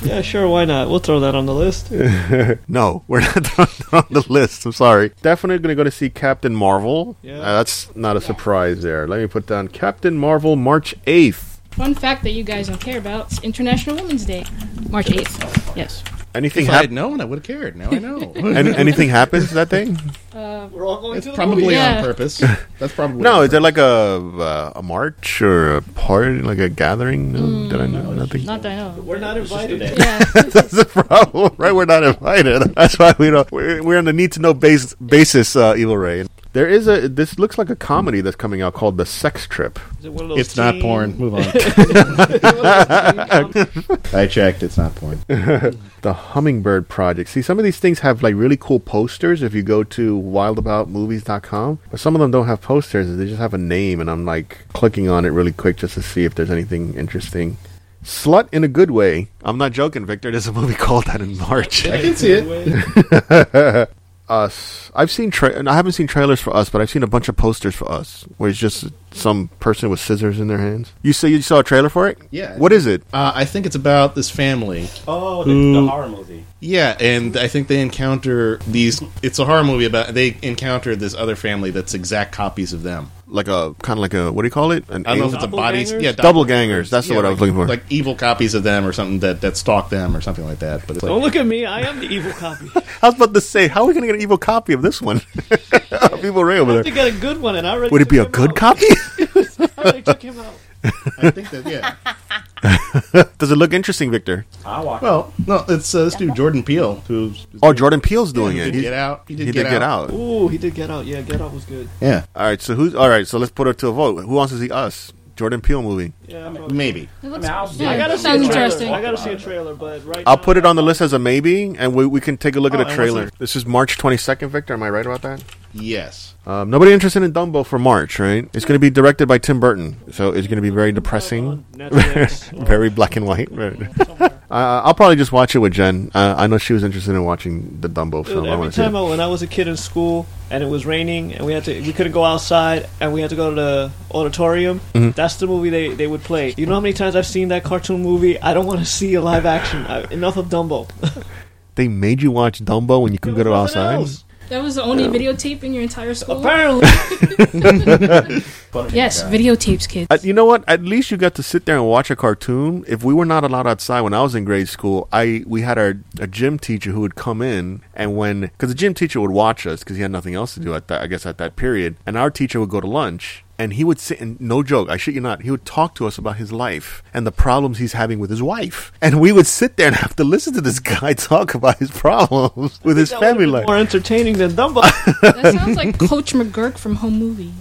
[SPEAKER 1] Yeah, sure. Why not? We'll throw that on the list.
[SPEAKER 2] no, we're not on- on the list. I'm sorry. Definitely going to go to see Captain Marvel.
[SPEAKER 1] Yeah.
[SPEAKER 2] Uh, that's not a surprise there. Let me put down Captain Marvel March 8th.
[SPEAKER 8] Fun fact that you guys don't care about: it's International Women's Day, March 8th. Yes.
[SPEAKER 2] Anything
[SPEAKER 4] If I had
[SPEAKER 2] happen?
[SPEAKER 4] known, I would have cared. Now I know.
[SPEAKER 2] Any- anything happens that day?
[SPEAKER 8] Uh,
[SPEAKER 1] We're all going
[SPEAKER 4] It's
[SPEAKER 1] to the
[SPEAKER 4] probably
[SPEAKER 1] movies.
[SPEAKER 8] Yeah.
[SPEAKER 4] on purpose. That's probably
[SPEAKER 2] No,
[SPEAKER 4] on
[SPEAKER 2] is there like a uh, a march or a party, like a gathering? No, did I know nothing?
[SPEAKER 8] not that I know.
[SPEAKER 1] We're not invited.
[SPEAKER 8] Yeah.
[SPEAKER 2] That's the problem, right? We're not invited. That's why we don't. We're, we're on the need to know base, basis, uh, Evil Ray. There is a. This looks like a comedy that's coming out called The Sex Trip.
[SPEAKER 1] Is it one of those
[SPEAKER 4] It's not
[SPEAKER 1] teen-
[SPEAKER 4] porn. Move on.
[SPEAKER 1] Um,
[SPEAKER 4] I checked. It's not porn.
[SPEAKER 2] The Hummingbird Project. See, some of these things have like really cool posters if you go to wildaboutmovies.com, but some of them don't have posters. They just have a name, and I'm like clicking on it really quick just to see if there's anything interesting. Slut in a Good Way. I'm not joking, Victor. There's a movie called that in March.
[SPEAKER 4] I can see it.
[SPEAKER 2] Us. I've seen, tra- and I haven't seen trailers for Us, but I've seen a bunch of posters for Us, where it's just some person with scissors in their hands. You say you saw a trailer for it?
[SPEAKER 4] Yeah.
[SPEAKER 2] What is it?
[SPEAKER 4] Uh, I think it's about this family.
[SPEAKER 5] Oh,
[SPEAKER 4] the Who-
[SPEAKER 5] horror movie.
[SPEAKER 4] Yeah, and I think they encounter these. It's a horror movie about they encounter this other family that's exact copies of them.
[SPEAKER 2] Like a kind of like a what do you call it? An
[SPEAKER 4] I don't know
[SPEAKER 2] alien-
[SPEAKER 4] if it's a body.
[SPEAKER 1] Doppelgangers?
[SPEAKER 4] Yeah,
[SPEAKER 2] Doppelgangers. That's
[SPEAKER 4] yeah,
[SPEAKER 2] what I was
[SPEAKER 4] like-
[SPEAKER 2] looking for.
[SPEAKER 4] Like evil copies of them or something that that stalk them or something like that. But it's
[SPEAKER 1] Don't
[SPEAKER 4] like,
[SPEAKER 1] look at me. I am the evil copy.
[SPEAKER 2] I was about to say, how are we going to get an evil copy of this one? People Ray
[SPEAKER 1] I
[SPEAKER 2] over
[SPEAKER 1] think
[SPEAKER 2] there.
[SPEAKER 1] I got a good one, and I already
[SPEAKER 2] Would it
[SPEAKER 1] took
[SPEAKER 2] be a
[SPEAKER 1] him
[SPEAKER 2] good
[SPEAKER 1] out.
[SPEAKER 2] copy?
[SPEAKER 1] I already took him out.
[SPEAKER 4] I think that yeah.
[SPEAKER 2] Does it look interesting, Victor?
[SPEAKER 5] I walk.
[SPEAKER 4] Well, no, it's uh, this dude Jordan Peele who's
[SPEAKER 2] Oh, Jordan Peele's doing
[SPEAKER 4] he
[SPEAKER 2] it.
[SPEAKER 4] did
[SPEAKER 2] He-
[SPEAKER 4] Get Out. He
[SPEAKER 2] He
[SPEAKER 4] did,
[SPEAKER 2] did
[SPEAKER 4] get, out.
[SPEAKER 1] Ooh, he did Get Out. Yeah, Get Out was good.
[SPEAKER 4] Yeah,
[SPEAKER 2] All right, so who's all right? So let's put it to a vote. Who wants to see us? Jordan Peele movie.
[SPEAKER 1] Yeah, I'm okay.
[SPEAKER 4] maybe.
[SPEAKER 8] It
[SPEAKER 5] I
[SPEAKER 8] looks
[SPEAKER 5] mean, I'll see.
[SPEAKER 8] Yeah,
[SPEAKER 1] I gotta see
[SPEAKER 8] Sounds
[SPEAKER 1] a trailer.
[SPEAKER 8] interesting.
[SPEAKER 1] I gotta see a trailer, but right.
[SPEAKER 2] I'll
[SPEAKER 1] now-
[SPEAKER 2] put it on the list as a maybe, and we, we can take a look
[SPEAKER 1] Oh,
[SPEAKER 2] at a
[SPEAKER 1] and what's
[SPEAKER 2] trailer.
[SPEAKER 1] it-
[SPEAKER 2] This is March 22nd, Victor. Am I right about that?
[SPEAKER 4] Yes.
[SPEAKER 2] Um, nobody interested in Dumbo for March, right? It's going to be directed by Tim Burton, so it's going to be very depressing,
[SPEAKER 1] On Netflix uh, or
[SPEAKER 2] very black and white. Right.
[SPEAKER 1] somewhere.
[SPEAKER 2] Uh, I'll probably just watch it with Jen. Uh, I know she was interested in watching the Dumbo
[SPEAKER 1] Dude,
[SPEAKER 2] film. I
[SPEAKER 1] every
[SPEAKER 2] want to see
[SPEAKER 1] time
[SPEAKER 2] it.
[SPEAKER 1] I, when I was a kid in school and it was raining and we had to we couldn't go outside and we had to go to the auditorium,
[SPEAKER 2] Mm-hmm.
[SPEAKER 1] that's the movie they, they would play. You know how many times I've seen that cartoon movie? I don't want to see a live action. I, enough of Dumbo.
[SPEAKER 2] They made you watch Dumbo when you couldn't go to
[SPEAKER 1] Nothing
[SPEAKER 2] outside.
[SPEAKER 1] else.
[SPEAKER 3] That was the only videotape in your entire school.
[SPEAKER 1] Apparently,
[SPEAKER 8] Yes, videotapes, kids.
[SPEAKER 2] Uh, you know what? At least you got to sit there and watch a cartoon. If we were not allowed outside when I was in grade school, I we had our a gym teacher who would come in and when because the gym teacher would watch us because he had nothing else to do at that I guess at that period, and our teacher would go to lunch. And he would sit and no joke, I shit you not, he would talk to us about his life and the problems he's having with his wife. And we would sit there and have to listen to this guy talk about his problems with his
[SPEAKER 1] that would've
[SPEAKER 2] family
[SPEAKER 1] been
[SPEAKER 2] life.
[SPEAKER 1] more entertaining than Dumbo.
[SPEAKER 3] That sounds like Coach McGurk from Home Movies.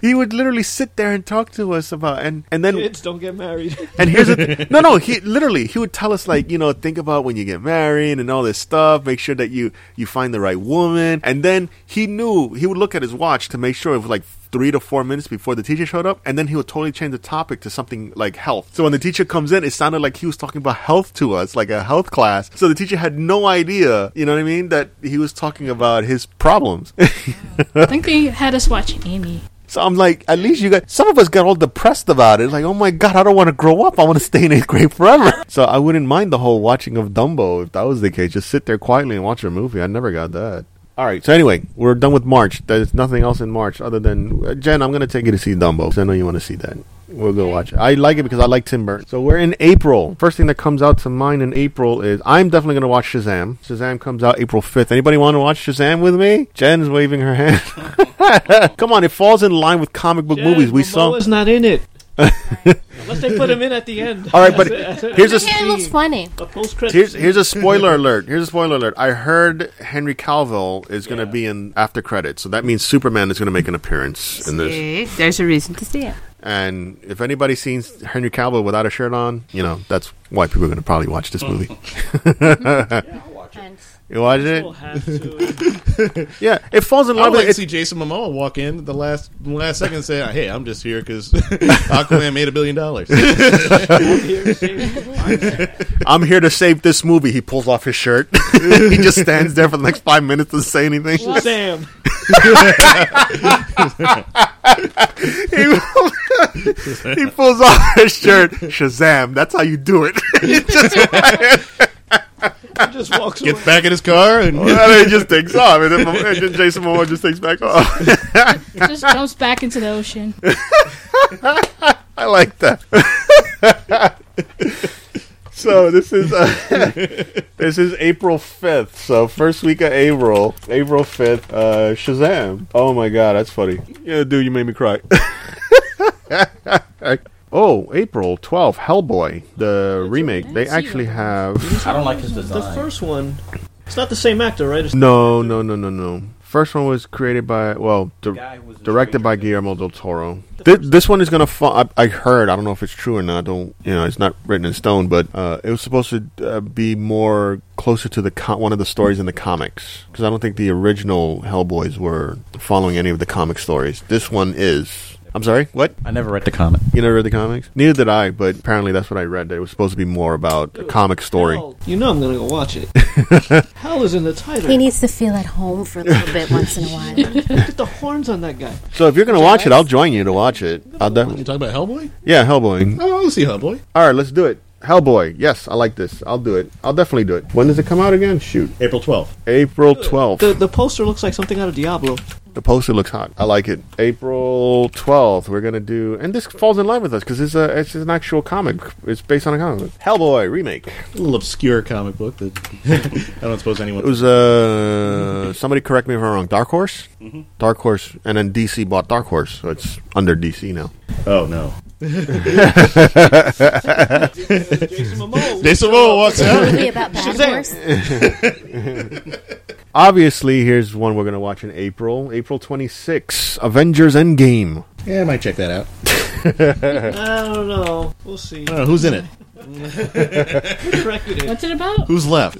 [SPEAKER 2] He would literally sit there and talk to us about and and then
[SPEAKER 1] Kids don't get married.
[SPEAKER 2] And here's the th- no, no. He literally he would tell us like you know think about when you get married and all this stuff. Make sure that you you find the right woman. And then he knew he would look at his watch to make sure it was like three to four minutes before the teacher showed up. And then he would totally change the topic to something like health. So when the teacher comes in, it sounded like he was talking about health to us, like a health class. So the teacher had no idea, you know what I mean, that he was talking about his problems.
[SPEAKER 8] I think they had us watch Amy.
[SPEAKER 2] So I'm like, at least you got some of us got all depressed about it. Like, oh my god, I don't want to grow up. I want to stay in eighth grade forever. So I wouldn't mind the whole watching of Dumbo if that was the case. Just sit there quietly and watch a movie. I never got that. All right. So anyway, we're done with March. There's nothing else in March other than uh, Jen. I'm gonna take you to see Dumbo 'cause I know you want to see that. We'll go watch it. I like it because I like Tim Burton. So we're in April. First thing that comes out to mind in April is I'm definitely gonna watch Shazam. Shazam comes out April 5th. Anybody want to watch Shazam with me? Jen's waving her hand. Come on, it falls in line with comic book movies. We saw.
[SPEAKER 1] Momoa's not in it. Unless they put him in at the end.
[SPEAKER 2] All right, but
[SPEAKER 1] That's it.
[SPEAKER 2] here's a
[SPEAKER 9] It looks funny.
[SPEAKER 1] a post credit.
[SPEAKER 2] here's here's a spoiler alert. Here's a spoiler alert. I heard Henry Calvill is going to
[SPEAKER 1] Yeah.
[SPEAKER 2] be in after credits, so that means Superman is going to make an appearance in this.
[SPEAKER 10] See, there's a reason to see it.
[SPEAKER 2] And if anybody's seen Henry Calvill without a shirt on, you know that's why people are going to probably watch this movie.
[SPEAKER 9] And
[SPEAKER 2] you watch it?
[SPEAKER 1] have to. uh,
[SPEAKER 2] Yeah, it falls in
[SPEAKER 4] I
[SPEAKER 2] line
[SPEAKER 4] would
[SPEAKER 2] with
[SPEAKER 4] like to
[SPEAKER 2] it.
[SPEAKER 4] see Jason Momoa walk in at the last last second and say, "Hey, I'm just here because Aquaman made a billion dollars."
[SPEAKER 1] Here, see.
[SPEAKER 2] I'm here to save this movie. He pulls off his shirt. he just stands there for the next five minutes doesn't say anything.
[SPEAKER 1] Shazam.
[SPEAKER 2] he, he pulls off his shirt. Shazam! That's how you do it. He just,
[SPEAKER 1] He just walks away.
[SPEAKER 4] Gets back in his car and
[SPEAKER 2] and he just takes off, and then and then Jason Momoa just takes back off.
[SPEAKER 8] Just jumps back into the ocean.
[SPEAKER 2] I like that. so this is uh, this is April fifth. So first week of April, April fifth. Uh, Shazam! Oh my god, that's funny. Yeah, dude, you made me cry. Oh, April 12th, Hellboy, the remake. They actually have
[SPEAKER 5] I don't like his
[SPEAKER 1] The
[SPEAKER 5] design.
[SPEAKER 1] first one. It's not the same actor, right? It's
[SPEAKER 2] No, no, no, no, no. First one was created by well, di-
[SPEAKER 5] guy who was the
[SPEAKER 2] directed by
[SPEAKER 5] stranger.
[SPEAKER 2] Guillermo del Toro. This, this one is gonna. Fu- I, I heard. I don't know if it's true or not. I don't you know? It's not written in stone, but uh, it was supposed to uh, be more closer to the co- one of the stories in the comics because I don't think the original Hellboys were following any of the comic stories. This one is. I'm sorry. What?
[SPEAKER 6] I never read the comic.
[SPEAKER 2] You never read the comics? Neither did I. But apparently, that's what I read. That it was supposed to be more about a comic story.
[SPEAKER 1] Hell. You know I'm gonna go watch it. Hell is in the title.
[SPEAKER 10] He needs to feel at home for a little bit once in a while.
[SPEAKER 1] Look at the horns on that guy.
[SPEAKER 2] So if you're gonna watch it, I'll join you to watch it. I'll
[SPEAKER 4] you
[SPEAKER 2] definitely.
[SPEAKER 4] talk about Hellboy.
[SPEAKER 2] Yeah, Hellboy.
[SPEAKER 4] I want to Oh, see Hellboy.
[SPEAKER 2] All right, let's do it. Hellboy. Yes, I like this. I'll do it. I'll definitely do it. When does it come out again? Shoot.
[SPEAKER 4] April twelfth.
[SPEAKER 2] April 12th.
[SPEAKER 1] The the poster looks like something out of Diablo.
[SPEAKER 2] The poster looks hot. I like it. April 12th, we're going to do. And this falls in line with us because it's, a- it's an actual comic. It's based on a comic book. Hellboy remake.
[SPEAKER 4] A little obscure comic book that I don't suppose anyone.
[SPEAKER 2] It was, uh. Somebody correct me if I'm wrong. Dark Horse? Dark Horse. And then DC bought Dark Horse, so it's under DC now.
[SPEAKER 4] oh no.
[SPEAKER 1] Jason Momoa.
[SPEAKER 4] Jason Momoa walks out.
[SPEAKER 10] Movie about bad
[SPEAKER 1] Shazam.
[SPEAKER 10] horse.
[SPEAKER 2] Obviously, here's one we're going to watch in April. April 26th, Avengers Endgame.
[SPEAKER 4] Yeah, I might check that out.
[SPEAKER 1] I don't know. We'll see.
[SPEAKER 4] I don't know who's in it.
[SPEAKER 1] Corrected it.
[SPEAKER 3] What's it about?
[SPEAKER 4] Who's left?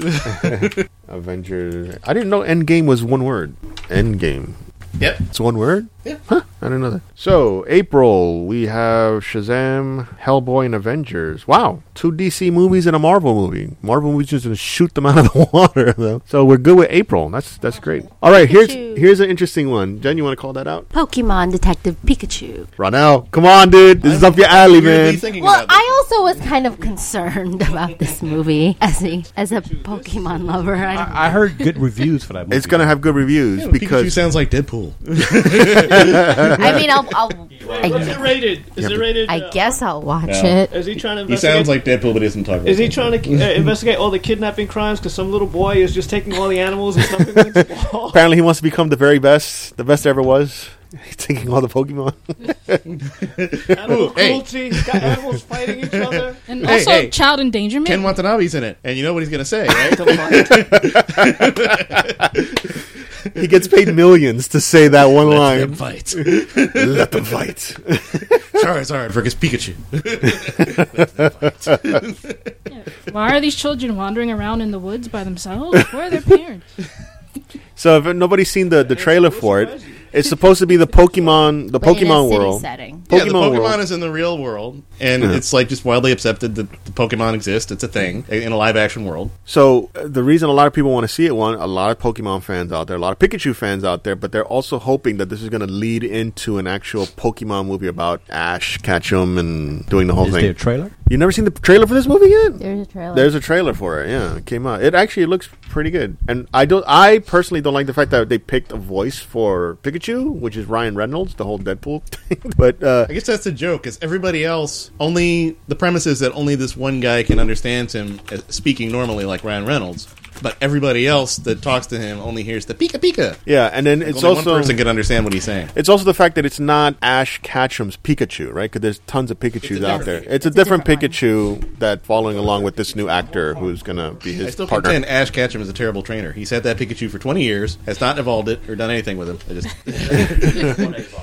[SPEAKER 2] Avengers. I didn't know Endgame was one word. Endgame.
[SPEAKER 7] Yep.
[SPEAKER 2] It's one word?
[SPEAKER 7] Yeah.
[SPEAKER 2] Huh, I didn't know that. So, April, we have Shazam, Hellboy, and Avengers. Wow. Two DC movies and a Marvel movie. Marvel movies just gonna shoot them out of the water, though. So, we're good with April. That's that's great. All right, here's
[SPEAKER 10] Pikachu.
[SPEAKER 2] here's an interesting one. Jen, you want to call that out?
[SPEAKER 10] Pokemon Detective Pikachu.
[SPEAKER 2] Run out. Come on, dude. This is up your alley,
[SPEAKER 4] Weirdly
[SPEAKER 2] man.
[SPEAKER 4] thinking
[SPEAKER 10] Well,
[SPEAKER 4] about this.
[SPEAKER 10] I also was kind of concerned about this movie as a as a Pokemon lover. I don't
[SPEAKER 6] I heard good reviews for that movie.
[SPEAKER 2] It's going to have good reviews
[SPEAKER 4] Yeah, Pikachu
[SPEAKER 2] because
[SPEAKER 4] sounds like Deadpool.
[SPEAKER 10] I mean, I'll, I'll
[SPEAKER 1] What's it
[SPEAKER 10] I,
[SPEAKER 1] rated? Is it rated?
[SPEAKER 10] I
[SPEAKER 1] uh,
[SPEAKER 10] guess I'll watch
[SPEAKER 4] Yeah.
[SPEAKER 10] it.
[SPEAKER 1] Is he trying to
[SPEAKER 4] He
[SPEAKER 1] investigate?
[SPEAKER 4] sounds like Deadpool, but he doesn't talk about
[SPEAKER 1] is he
[SPEAKER 4] Deadpool.
[SPEAKER 1] trying to uh, investigate all the kidnapping crimes? Because some little boy is just taking all the animals and stuffing them into the wall.
[SPEAKER 2] apparently he wants to become the very best, the best there ever was. He's taking all the Pokemon.
[SPEAKER 1] Animal
[SPEAKER 4] hey.
[SPEAKER 1] cruelty. Got animals fighting each other.
[SPEAKER 3] And
[SPEAKER 4] Hey,
[SPEAKER 3] also
[SPEAKER 4] hey.
[SPEAKER 3] child endangerment.
[SPEAKER 4] Ken Watanabe's in it, and you know what he's gonna say, right?
[SPEAKER 2] He gets paid millions to say that one line.
[SPEAKER 4] fight.
[SPEAKER 2] Let them fight.
[SPEAKER 4] Charizard versus Pikachu.
[SPEAKER 3] Why are these children wandering around in the woods by themselves? Where are their parents?
[SPEAKER 2] So if nobody's seen the, the trailer for it, it's supposed to be the Pokemon the
[SPEAKER 10] but in a
[SPEAKER 2] Pokemon
[SPEAKER 10] city
[SPEAKER 2] world.
[SPEAKER 10] setting.
[SPEAKER 2] Pokemon
[SPEAKER 4] yeah, the Pokemon
[SPEAKER 2] world.
[SPEAKER 4] is in the real world, and it's like just widely accepted that the Pokemon exist. It's a thing in a live action world.
[SPEAKER 2] So uh, the reason a lot of people want to see it, one, a lot of Pokemon fans out there, a lot of Pikachu fans out there, but they're also hoping that this is going to lead into an actual Pokemon movie about Ash, Ketchum, and doing the whole
[SPEAKER 6] Is
[SPEAKER 2] thing.
[SPEAKER 6] there a trailer?
[SPEAKER 2] you never seen the trailer for this movie yet?
[SPEAKER 10] There's a trailer.
[SPEAKER 2] There's a trailer for it. Yeah, it came out. It actually looks pretty good. And I don't. I personally don't like the fact that they picked a voice for Pikachu, which is Ryan Reynolds, the whole Deadpool thing. but uh,
[SPEAKER 4] I guess that's the joke, is everybody else only the premise is that only this one guy can understand him uh, speaking normally, like Ryan Reynolds. But everybody else that talks to him only hears the Pika Pika.
[SPEAKER 2] yeah, and then it's
[SPEAKER 4] Only one
[SPEAKER 2] also
[SPEAKER 4] person can understand what he's saying.
[SPEAKER 2] it's also the fact that it's not Ash Ketchum's Pikachu, right? Because there's tons of Pikachu's out there. It's a different, Pikachu that following along with this new actor who's gonna be
[SPEAKER 4] I
[SPEAKER 2] his
[SPEAKER 4] still
[SPEAKER 2] partner.
[SPEAKER 4] contend Ash Ketchum is a terrible trainer. He's had that Pikachu for 20 years, has not evolved it or done anything with him. I just,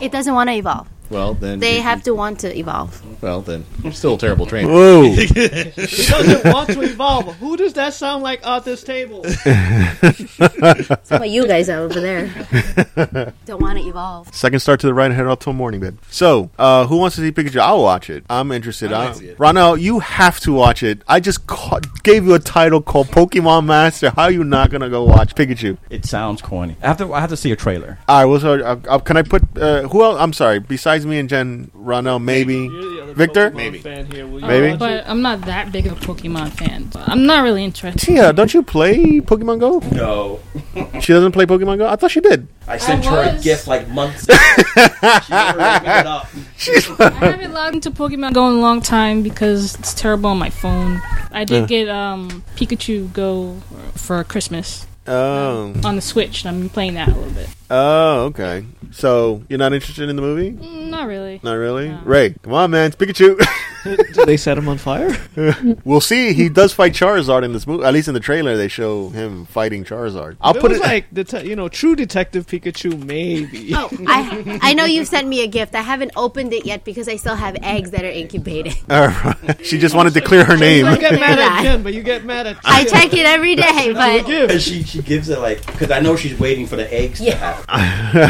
[SPEAKER 10] it doesn't want to evolve.
[SPEAKER 4] well, then
[SPEAKER 10] They have to want to evolve.
[SPEAKER 4] Well, then you're still a terrible trainer.
[SPEAKER 2] Whoa!
[SPEAKER 1] He doesn't want to evolve. Who does that sound like at this table?
[SPEAKER 10] That's what you guys are over there. Don't want to evolve.
[SPEAKER 2] Second start to the right and head out till morning, bed. So, uh, who wants to see Pikachu? I'll watch it. I'm interested. I
[SPEAKER 4] see it.
[SPEAKER 2] Ronel, you have to watch it. I just ca- gave you a title called Pokemon Master. How are you not going to go watch Pikachu?
[SPEAKER 6] It sounds corny. I have to. I have to see a trailer.
[SPEAKER 2] All right, well, so, uh, uh, can I put, uh, who else? I'm sorry, besides me and Jen, Ronel, maybe.
[SPEAKER 1] You're the other
[SPEAKER 2] Victor?
[SPEAKER 1] Pokemon
[SPEAKER 4] Maybe.
[SPEAKER 1] fan here. Will you
[SPEAKER 2] Maybe.
[SPEAKER 1] watch it?
[SPEAKER 3] Oh, But I'm not that big of a Pokemon fan. So I'm not really interested.
[SPEAKER 2] Tia, don't you play Pokemon Go?
[SPEAKER 5] No.
[SPEAKER 2] She doesn't play Pokemon Go? I thought she did.
[SPEAKER 5] I sent
[SPEAKER 3] I
[SPEAKER 5] her a
[SPEAKER 3] was.
[SPEAKER 5] gift like months ago. she never picked it up.
[SPEAKER 3] I haven't logged into Pokemon Go in a long time because it's terrible on my phone. I did get um, Pikachu Go for Christmas
[SPEAKER 2] Oh,
[SPEAKER 3] on the Switch, and I'm playing that a little bit.
[SPEAKER 2] oh, okay. So, you're not interested in the movie?
[SPEAKER 3] Mm, Not really.
[SPEAKER 2] Not really?
[SPEAKER 3] No.
[SPEAKER 2] Ray, come on, man, it's Pikachu.
[SPEAKER 1] Did they set him on fire?
[SPEAKER 2] We'll see. He does fight Charizard in this movie. At least in the trailer, they show him fighting Charizard. I'll
[SPEAKER 1] it
[SPEAKER 2] put
[SPEAKER 1] was
[SPEAKER 2] it.
[SPEAKER 1] like dete- you know, True Detective Pikachu, maybe.
[SPEAKER 10] Oh, I I know you've sent me a gift. I haven't opened it yet because I still have eggs that are incubating.
[SPEAKER 2] she just wanted to clear her name.
[SPEAKER 1] You get mad at
[SPEAKER 10] Right.
[SPEAKER 1] Jen, but you get mad at
[SPEAKER 10] I check it every day, but
[SPEAKER 5] And she, she gives it like, because I know she's waiting for the eggs
[SPEAKER 10] Yeah.
[SPEAKER 5] to happen.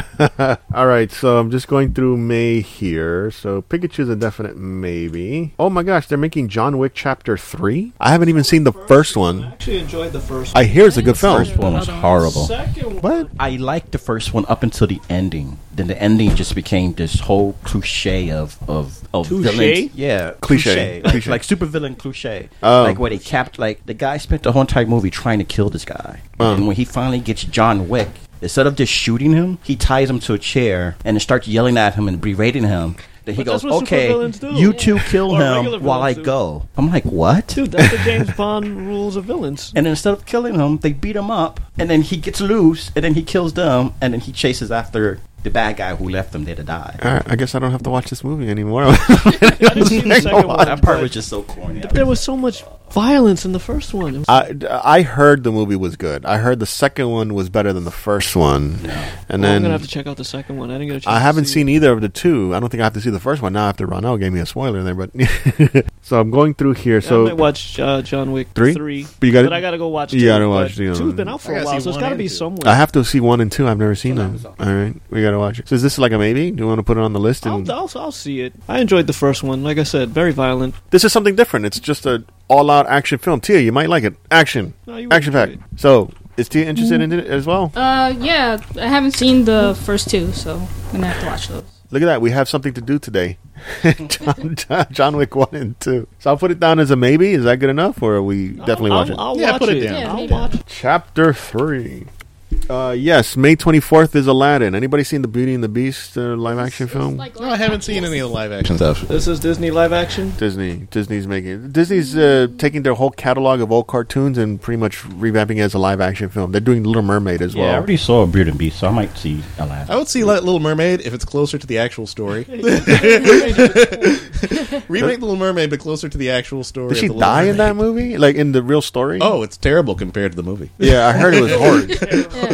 [SPEAKER 2] All right, so I'm just going through May here. So Pikachu's a definite maybe. Oh my gosh, they're making John Wick Chapter Three. I haven't even seen the first
[SPEAKER 1] I
[SPEAKER 2] one.
[SPEAKER 1] actually enjoyed the first.
[SPEAKER 2] I hear it's a good film.
[SPEAKER 6] First one was
[SPEAKER 3] Hold on.
[SPEAKER 6] horrible.
[SPEAKER 1] Second one.
[SPEAKER 2] What?
[SPEAKER 6] I liked the first one up until the ending. Then the ending just became this whole cliche of of of
[SPEAKER 1] Touche?
[SPEAKER 6] villains. Yeah,
[SPEAKER 2] Cliche.
[SPEAKER 6] like,
[SPEAKER 2] Cliche.
[SPEAKER 6] like super villain cliche.
[SPEAKER 2] Oh.
[SPEAKER 6] Like where they
[SPEAKER 1] Oh.
[SPEAKER 6] capped. Like the guy spent the whole entire movie trying to kill this guy, and when he finally gets John Wick, Instead of just shooting him, he ties him to a chair and then starts yelling at him and berating him. That he
[SPEAKER 1] But that's
[SPEAKER 6] goes,
[SPEAKER 1] what
[SPEAKER 6] okay,
[SPEAKER 1] supervillains do."
[SPEAKER 6] you two kill
[SPEAKER 1] Or regular
[SPEAKER 6] him while I
[SPEAKER 1] villains do.
[SPEAKER 6] go. I'm like, what?
[SPEAKER 1] Dude, that's the James Bond rules of villains.
[SPEAKER 6] And instead of killing him, they beat him up, and then he gets loose, and then he kills them, and then he chases after the bad guy who left him there to die.
[SPEAKER 2] All right, I guess I don't have to watch this movie anymore.
[SPEAKER 1] didn't see the second one,
[SPEAKER 6] That part
[SPEAKER 1] but-
[SPEAKER 6] was just so corny.
[SPEAKER 1] But there was so much violence in the first one. It was-
[SPEAKER 2] I, I heard the movie was good. I heard the second one was better than the first one. And
[SPEAKER 1] Well, I'm
[SPEAKER 2] then
[SPEAKER 1] gonna have to check out the second one. I didn't get a chance. to
[SPEAKER 2] I haven't
[SPEAKER 1] see
[SPEAKER 2] seen either of the two. I don't think I have to see the first one now after Ronell gave me a spoiler there. But so I'm going through here.
[SPEAKER 1] it. I might
[SPEAKER 2] So
[SPEAKER 1] watch uh, John Wick
[SPEAKER 2] Three?
[SPEAKER 1] three
[SPEAKER 2] But you gotta-
[SPEAKER 1] I gotta go watch.
[SPEAKER 2] you
[SPEAKER 1] two,
[SPEAKER 2] gotta
[SPEAKER 1] but
[SPEAKER 2] watch the other
[SPEAKER 1] Two's
[SPEAKER 2] one.
[SPEAKER 1] been out for
[SPEAKER 4] I
[SPEAKER 1] a
[SPEAKER 4] gotta
[SPEAKER 1] while,
[SPEAKER 4] see
[SPEAKER 1] so it's
[SPEAKER 4] one
[SPEAKER 1] gotta
[SPEAKER 4] and
[SPEAKER 1] be
[SPEAKER 4] two.
[SPEAKER 1] somewhere.
[SPEAKER 2] I have to see one and two. I've never seen them.
[SPEAKER 5] Amazon.
[SPEAKER 2] All right, we gotta watch it. So is this like a maybe? Do you want to put it on the list? And
[SPEAKER 1] I'll, I'll, I'll see it. I enjoyed the first one. Like I said, very violent.
[SPEAKER 2] this is something different. It's just a all-out action film. Tia, you might like it. Action,
[SPEAKER 1] No, you would
[SPEAKER 2] action packed.
[SPEAKER 1] enjoy
[SPEAKER 2] So is Tia interested in it as well?
[SPEAKER 3] Uh, yeah, I haven't seen the first two, so I'm gonna have to watch those.
[SPEAKER 2] Look at that. We have something to do today. John, John, John Wick one and two. So I'll put it down as a maybe. Is that good enough, or are we definitely
[SPEAKER 1] I'll,
[SPEAKER 2] watching?
[SPEAKER 1] I'll, I'll
[SPEAKER 4] Yeah,
[SPEAKER 1] watch
[SPEAKER 4] put it
[SPEAKER 1] it.
[SPEAKER 4] down.
[SPEAKER 3] Yeah,
[SPEAKER 1] I'll
[SPEAKER 3] maybe.
[SPEAKER 1] watch.
[SPEAKER 2] Chapter three. Uh, yes, May twenty fourth is Aladdin. Anybody seen the Beauty and the Beast uh, live action film?
[SPEAKER 4] No, I haven't seen any of the live action stuff.
[SPEAKER 1] This is Disney live action.
[SPEAKER 2] Disney. Disney's making Disney's uh, taking their whole catalog of old cartoons and pretty much revamping it as a live action film. They're doing Little Mermaid as
[SPEAKER 6] Yeah, I
[SPEAKER 2] well.
[SPEAKER 6] already saw Beard and Beast, so I might see Aladdin.
[SPEAKER 4] I would see like Little Mermaid if it's closer to the actual story. Remake Little Mermaid, but closer to the actual story.
[SPEAKER 2] Did she
[SPEAKER 4] of the Little
[SPEAKER 2] die in that
[SPEAKER 4] Mermaid.
[SPEAKER 2] movie? Like in the real story?
[SPEAKER 4] Oh, it's terrible compared to the movie.
[SPEAKER 2] yeah, I heard it was horrid.
[SPEAKER 4] No,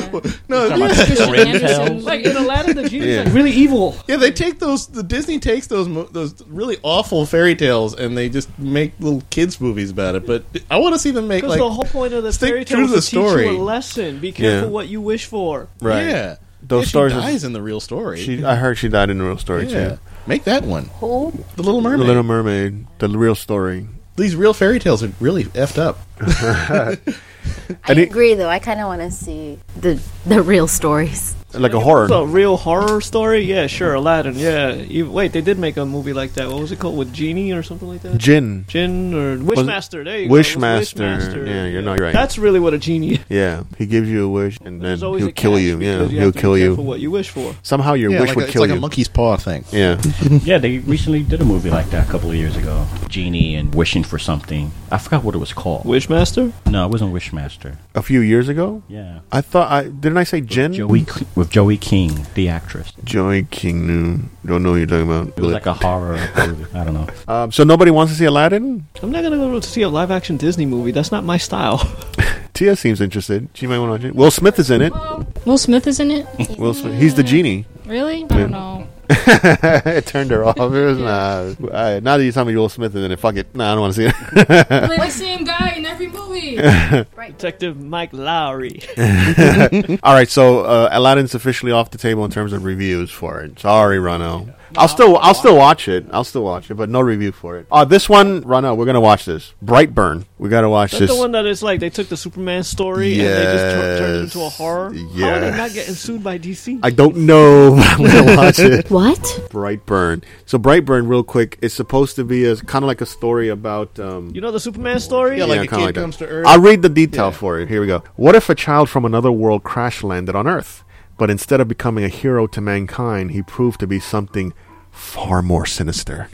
[SPEAKER 6] Talking about
[SPEAKER 4] yeah.
[SPEAKER 6] Red
[SPEAKER 3] Anderson.
[SPEAKER 6] Tails?
[SPEAKER 1] Like in Aladdin, the genie's
[SPEAKER 2] Yeah.
[SPEAKER 1] like really evil.
[SPEAKER 4] Yeah, they take those. The Disney takes those mo- those really awful fairy tales and they just make little kids movies about it. But I want to see them make
[SPEAKER 1] Because
[SPEAKER 4] like
[SPEAKER 1] the whole point of the
[SPEAKER 4] stick
[SPEAKER 1] fairy
[SPEAKER 4] true
[SPEAKER 1] tale is
[SPEAKER 4] to
[SPEAKER 1] to
[SPEAKER 4] the story.
[SPEAKER 1] teach you a lesson. Be careful
[SPEAKER 2] Yeah.
[SPEAKER 1] what you wish for.
[SPEAKER 2] Right.
[SPEAKER 4] yeah.
[SPEAKER 2] Those
[SPEAKER 4] Yeah, she
[SPEAKER 2] stories are-
[SPEAKER 4] dies in the real story.
[SPEAKER 2] She, I heard she died in the real story
[SPEAKER 4] yeah.
[SPEAKER 2] too.
[SPEAKER 4] Make that one. The Little
[SPEAKER 2] The
[SPEAKER 4] Mermaid.
[SPEAKER 2] Little Mermaid, the real story.
[SPEAKER 4] These real fairy tales are really effed up.
[SPEAKER 2] I
[SPEAKER 10] I
[SPEAKER 2] didn't-
[SPEAKER 10] agree, though. I kind of want to see the the real stories.
[SPEAKER 2] Like a horror.
[SPEAKER 1] It's a real horror story. Yeah, sure, Aladdin. Yeah. You, wait, they did make a movie like that. What was it called? With genie or something like that.
[SPEAKER 2] Jin.
[SPEAKER 1] Jin or Wishmaster. There you go. It was
[SPEAKER 2] Wishmaster.
[SPEAKER 1] Wishmaster.
[SPEAKER 2] Yeah, you're not right.
[SPEAKER 1] That's really what a genie. is.
[SPEAKER 2] yeah, he gives you a wish and then
[SPEAKER 1] There's always
[SPEAKER 2] he'll
[SPEAKER 1] a
[SPEAKER 2] kill
[SPEAKER 1] catch
[SPEAKER 2] you. Yeah,
[SPEAKER 1] because you
[SPEAKER 2] he'll
[SPEAKER 1] have to be
[SPEAKER 2] kill
[SPEAKER 1] careful
[SPEAKER 2] you.
[SPEAKER 1] What you wish for.
[SPEAKER 2] Somehow your
[SPEAKER 4] yeah,
[SPEAKER 2] wish
[SPEAKER 4] like
[SPEAKER 2] would
[SPEAKER 4] a,
[SPEAKER 2] kill
[SPEAKER 4] it's like
[SPEAKER 2] you.
[SPEAKER 4] a monkey's paw thing.
[SPEAKER 2] yeah.
[SPEAKER 6] Yeah, they recently did a movie like that a couple of years ago. Genie and wishing for something. I forgot what it was called.
[SPEAKER 1] Wishmaster.
[SPEAKER 6] No, it wasn't Wishmaster.
[SPEAKER 2] A few years ago?
[SPEAKER 6] Yeah.
[SPEAKER 2] I thought I didn't I say Jin?
[SPEAKER 6] Joey with Joey King, the actress.
[SPEAKER 2] Joey King New. Don't know who you're talking about.
[SPEAKER 6] It was like a horror movie. I don't know.
[SPEAKER 2] um, so nobody wants to see Aladdin?
[SPEAKER 1] I'm not gonna go to see a live action Disney movie. That's not my style.
[SPEAKER 2] Tia seems interested. She might want to watch it. Will Smith is in it.
[SPEAKER 3] Will Smith is in it.
[SPEAKER 2] Will Smith. He's the genie.
[SPEAKER 3] Really? I don't know.
[SPEAKER 2] it turned her off. It was, nah. All right, now that you tell me Will Smith is in it, fuck it. Nah, I don't want to see it.
[SPEAKER 3] Play the same guy in every movie.
[SPEAKER 1] Detective Mike Lowry.
[SPEAKER 2] All right, so uh, Aladdin's officially off the table in terms of reviews for it. Sorry, Rano. I'll still I'll still watch it. I'll still watch it, but no review for it. Uh, this one, Rano, we're gonna watch this. Brightburn. We gotta watch
[SPEAKER 1] That's
[SPEAKER 2] this.
[SPEAKER 1] the one that is like they took the Superman story and they just tur- turned it into a
[SPEAKER 2] Yes.
[SPEAKER 1] horror. How are
[SPEAKER 2] Yes.
[SPEAKER 1] they not getting sued by DC?
[SPEAKER 2] I don't know. but I'm gonna watch it.
[SPEAKER 10] What?
[SPEAKER 2] Brightburn. So Brightburn, real quick, is supposed to be a kind of like a story about. Um,
[SPEAKER 1] you know the Superman story?
[SPEAKER 4] Yeah, like a
[SPEAKER 2] kinda
[SPEAKER 4] kid comes to Earth.
[SPEAKER 2] I'll read the detail for you. Here we go. What if a child from another world crash landed on Earth, but instead of becoming a hero to mankind, he proved to be something far more sinister?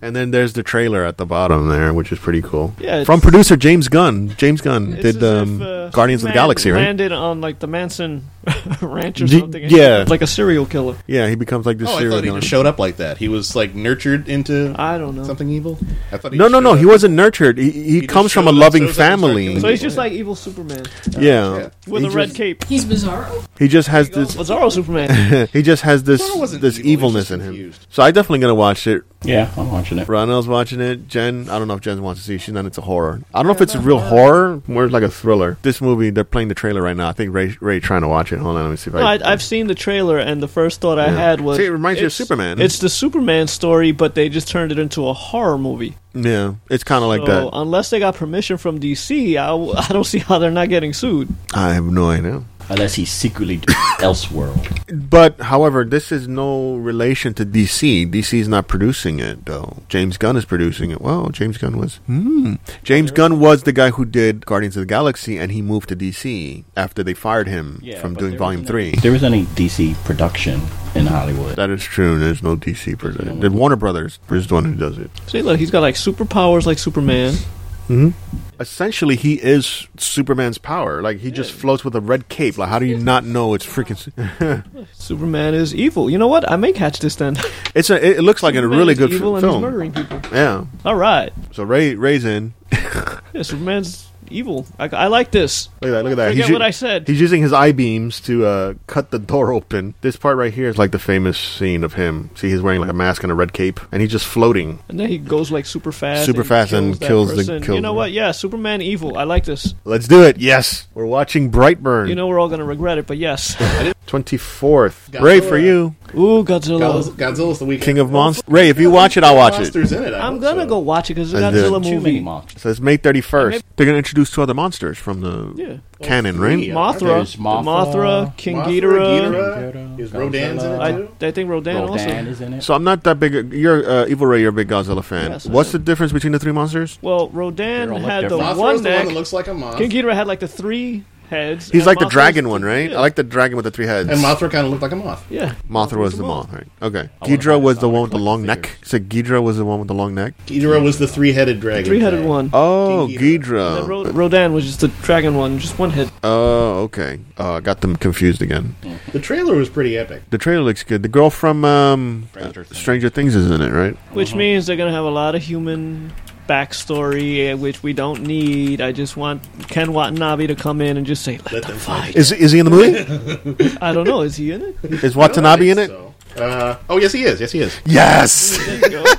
[SPEAKER 2] and then there's the trailer at the bottom there, which is pretty cool.
[SPEAKER 1] Yeah, it's-
[SPEAKER 2] from producer James Gunn. James Gunn
[SPEAKER 1] It's
[SPEAKER 2] did
[SPEAKER 1] as if,
[SPEAKER 2] um,
[SPEAKER 1] uh,
[SPEAKER 2] Guardians of the
[SPEAKER 1] Superman
[SPEAKER 2] Galaxy, right?
[SPEAKER 1] Landed on like the Manson ranch or
[SPEAKER 2] D-
[SPEAKER 1] something. and
[SPEAKER 2] yeah.
[SPEAKER 1] he's like a serial killer.
[SPEAKER 2] Yeah, he becomes like this
[SPEAKER 4] Oh, I
[SPEAKER 2] serial
[SPEAKER 4] thought he
[SPEAKER 2] killer.
[SPEAKER 4] just showed up like that. He was like nurtured into
[SPEAKER 1] I don't know.
[SPEAKER 4] something evil. I thought he
[SPEAKER 2] No,
[SPEAKER 4] just
[SPEAKER 2] no, no.
[SPEAKER 4] showed
[SPEAKER 2] He
[SPEAKER 4] up.
[SPEAKER 2] wasn't nurtured. He, he,
[SPEAKER 4] just
[SPEAKER 2] comes from a
[SPEAKER 4] showed up,
[SPEAKER 2] loving
[SPEAKER 4] shows up and started
[SPEAKER 2] family.
[SPEAKER 4] killing
[SPEAKER 1] So he's just like evil Superman
[SPEAKER 2] yeah.
[SPEAKER 1] with
[SPEAKER 2] He
[SPEAKER 1] a red
[SPEAKER 2] just-
[SPEAKER 1] cape.
[SPEAKER 3] He's Bizarro.
[SPEAKER 2] He just has this.
[SPEAKER 1] Bizarro Superman.
[SPEAKER 2] he just has this
[SPEAKER 4] Zorro wasn't
[SPEAKER 2] this
[SPEAKER 4] evil, he
[SPEAKER 2] evilness
[SPEAKER 4] was just
[SPEAKER 2] in him.
[SPEAKER 4] confused.
[SPEAKER 2] So I definitely gonna watch it.
[SPEAKER 6] Yeah, I'm watching it.
[SPEAKER 2] Ronell's watching it. Jen, I don't know if Jen wants to see. it. She's not into horror. I don't know if it's a real horror, more like a thriller. This movie, they're playing the trailer right now. I think Ray Ray trying to watch it. Hold on, let me see if
[SPEAKER 1] No,
[SPEAKER 2] I.
[SPEAKER 1] I, I've seen the trailer, and the first thought I
[SPEAKER 2] Yeah.
[SPEAKER 1] had was,
[SPEAKER 2] See, it reminds you of
[SPEAKER 1] it's-
[SPEAKER 2] Superman.
[SPEAKER 1] It's the Superman story, but they just turned it into a horror movie.
[SPEAKER 2] yeah, it's kind of like
[SPEAKER 1] so uh,
[SPEAKER 2] that.
[SPEAKER 1] unless they got permission from DC, I, w- I don't see how they're not getting sued.
[SPEAKER 2] I have no idea.
[SPEAKER 6] unless he's secretly doing Elseworld.
[SPEAKER 2] But however, this is no relation to DC. DC is not producing it though. James Gunn is producing it. Well, James Gunn was. Hmm. James Gunn was the guy who did Guardians of the Galaxy, and he moved to DC after they fired him
[SPEAKER 6] Yeah,
[SPEAKER 2] from
[SPEAKER 6] but
[SPEAKER 2] doing
[SPEAKER 6] there
[SPEAKER 2] Volume
[SPEAKER 6] wasn't
[SPEAKER 2] Three.
[SPEAKER 6] There was any DC production in Hollywood.
[SPEAKER 2] That is true. There's no DC production. The Warner Brothers is the one who does it.
[SPEAKER 1] See, look, he's got like superpowers like Superman.
[SPEAKER 2] hmm Essentially, he is Superman's power. Like he just floats with a red cape. Like how do you not know it's freaking? Su-
[SPEAKER 1] Superman is evil. You know what? I may catch this then.
[SPEAKER 2] it's a. It it looks like a
[SPEAKER 1] Superman
[SPEAKER 2] really
[SPEAKER 1] is
[SPEAKER 2] good
[SPEAKER 1] evil
[SPEAKER 2] f-
[SPEAKER 1] and he's
[SPEAKER 2] film.
[SPEAKER 1] murdering people.
[SPEAKER 2] Yeah.
[SPEAKER 1] All right.
[SPEAKER 2] So Ray Ray's in.
[SPEAKER 1] Yeah, Superman's evil. I, I like this.
[SPEAKER 2] Look at that! Look at that!
[SPEAKER 1] Forget
[SPEAKER 2] u-
[SPEAKER 1] what I said.
[SPEAKER 2] He's using his eye beams to uh, cut the door open. This part right here is like the famous scene of him. See, he's wearing like a mask and a red cape, and he's just floating.
[SPEAKER 1] And then he goes like super fast.
[SPEAKER 2] Super fast and
[SPEAKER 1] that
[SPEAKER 2] kills the-
[SPEAKER 1] person.
[SPEAKER 2] kills
[SPEAKER 1] You know
[SPEAKER 2] them.
[SPEAKER 1] what? Yeah, Superman evil. I like this.
[SPEAKER 2] Let's do it! Yes, we're watching Brightburn.
[SPEAKER 1] You know we're all gonna regret it, but yes. Ooh,
[SPEAKER 2] twenty fourth. Ray for you,
[SPEAKER 1] uh, Godzilla.
[SPEAKER 7] Godzilla's, Godzilla's the weekend.
[SPEAKER 2] King of Monsters. Ray, if you watch it, I'll watch it.
[SPEAKER 7] Monsters in it. I
[SPEAKER 1] I'm
[SPEAKER 7] hope
[SPEAKER 1] gonna
[SPEAKER 7] so.
[SPEAKER 1] go watch it because it's a
[SPEAKER 2] I did.
[SPEAKER 1] Godzilla
[SPEAKER 6] Too many
[SPEAKER 1] movie.
[SPEAKER 6] monsters.
[SPEAKER 2] So it's May thirty first.
[SPEAKER 1] Maybe-
[SPEAKER 2] They're gonna introduce two other monsters from the
[SPEAKER 1] Yeah.
[SPEAKER 2] canon,
[SPEAKER 7] Well,
[SPEAKER 2] right?
[SPEAKER 7] three.
[SPEAKER 1] Mothra,
[SPEAKER 6] There's Mothra,
[SPEAKER 1] Mothra, King
[SPEAKER 7] Mothra,
[SPEAKER 1] Ghidorah.
[SPEAKER 7] Ghidorah. Is Rodan's in
[SPEAKER 1] I,
[SPEAKER 7] it too?
[SPEAKER 1] I think Rodan,
[SPEAKER 6] Rodan
[SPEAKER 1] also.
[SPEAKER 6] is in it.
[SPEAKER 2] So I'm not that big. A, you're uh, Evil Ray. You're a big Godzilla fan.
[SPEAKER 1] Yes, I
[SPEAKER 2] What's
[SPEAKER 1] am.
[SPEAKER 2] the difference between the three monsters?
[SPEAKER 1] Well, Rodan
[SPEAKER 6] They're all
[SPEAKER 1] had the
[SPEAKER 6] different.
[SPEAKER 7] Mothra's
[SPEAKER 1] one
[SPEAKER 7] the
[SPEAKER 1] neck.
[SPEAKER 7] one that looks like a moth.
[SPEAKER 1] King Ghidorah had like the three heads.
[SPEAKER 2] He's
[SPEAKER 1] and
[SPEAKER 2] like the
[SPEAKER 1] Mothra's-
[SPEAKER 2] dragon one, right? I like the dragon with the three heads.
[SPEAKER 7] and Mothra kind of looked like a moth.
[SPEAKER 1] Yeah.
[SPEAKER 2] Mothra was the moth, right? Okay.
[SPEAKER 6] wanna buy
[SPEAKER 2] Ghidra was
[SPEAKER 6] this.
[SPEAKER 2] the
[SPEAKER 6] I wanna
[SPEAKER 2] one with the
[SPEAKER 6] collect
[SPEAKER 2] long
[SPEAKER 6] the
[SPEAKER 2] neck. So Ghidra was the one with the long neck.
[SPEAKER 7] Ghidorah was the three-headed dragon.
[SPEAKER 1] Three-headed
[SPEAKER 7] guy.
[SPEAKER 1] one.
[SPEAKER 2] Oh,
[SPEAKER 7] King
[SPEAKER 1] And then
[SPEAKER 2] Ghidra.
[SPEAKER 1] Ro- Rodan was just the dragon one, just one hit.
[SPEAKER 2] Oh, okay. Oh, I got them confused again.
[SPEAKER 7] The trailer was pretty epic.
[SPEAKER 2] The trailer looks good. The girl from um,
[SPEAKER 6] Stranger Things.
[SPEAKER 2] Stranger Things is in it, right?
[SPEAKER 1] Which means they're gonna have a lot of human backstory, uh, which we don't need. I just want Ken Watanabe to come in and just say, "Let,
[SPEAKER 7] Let
[SPEAKER 1] them
[SPEAKER 7] them
[SPEAKER 1] fight."
[SPEAKER 2] Is is he in the movie?
[SPEAKER 1] I don't know. Is he in it?
[SPEAKER 2] Is Watanabe in it?
[SPEAKER 7] So, uh, oh yes, he is. Yes, he is.
[SPEAKER 2] Yes.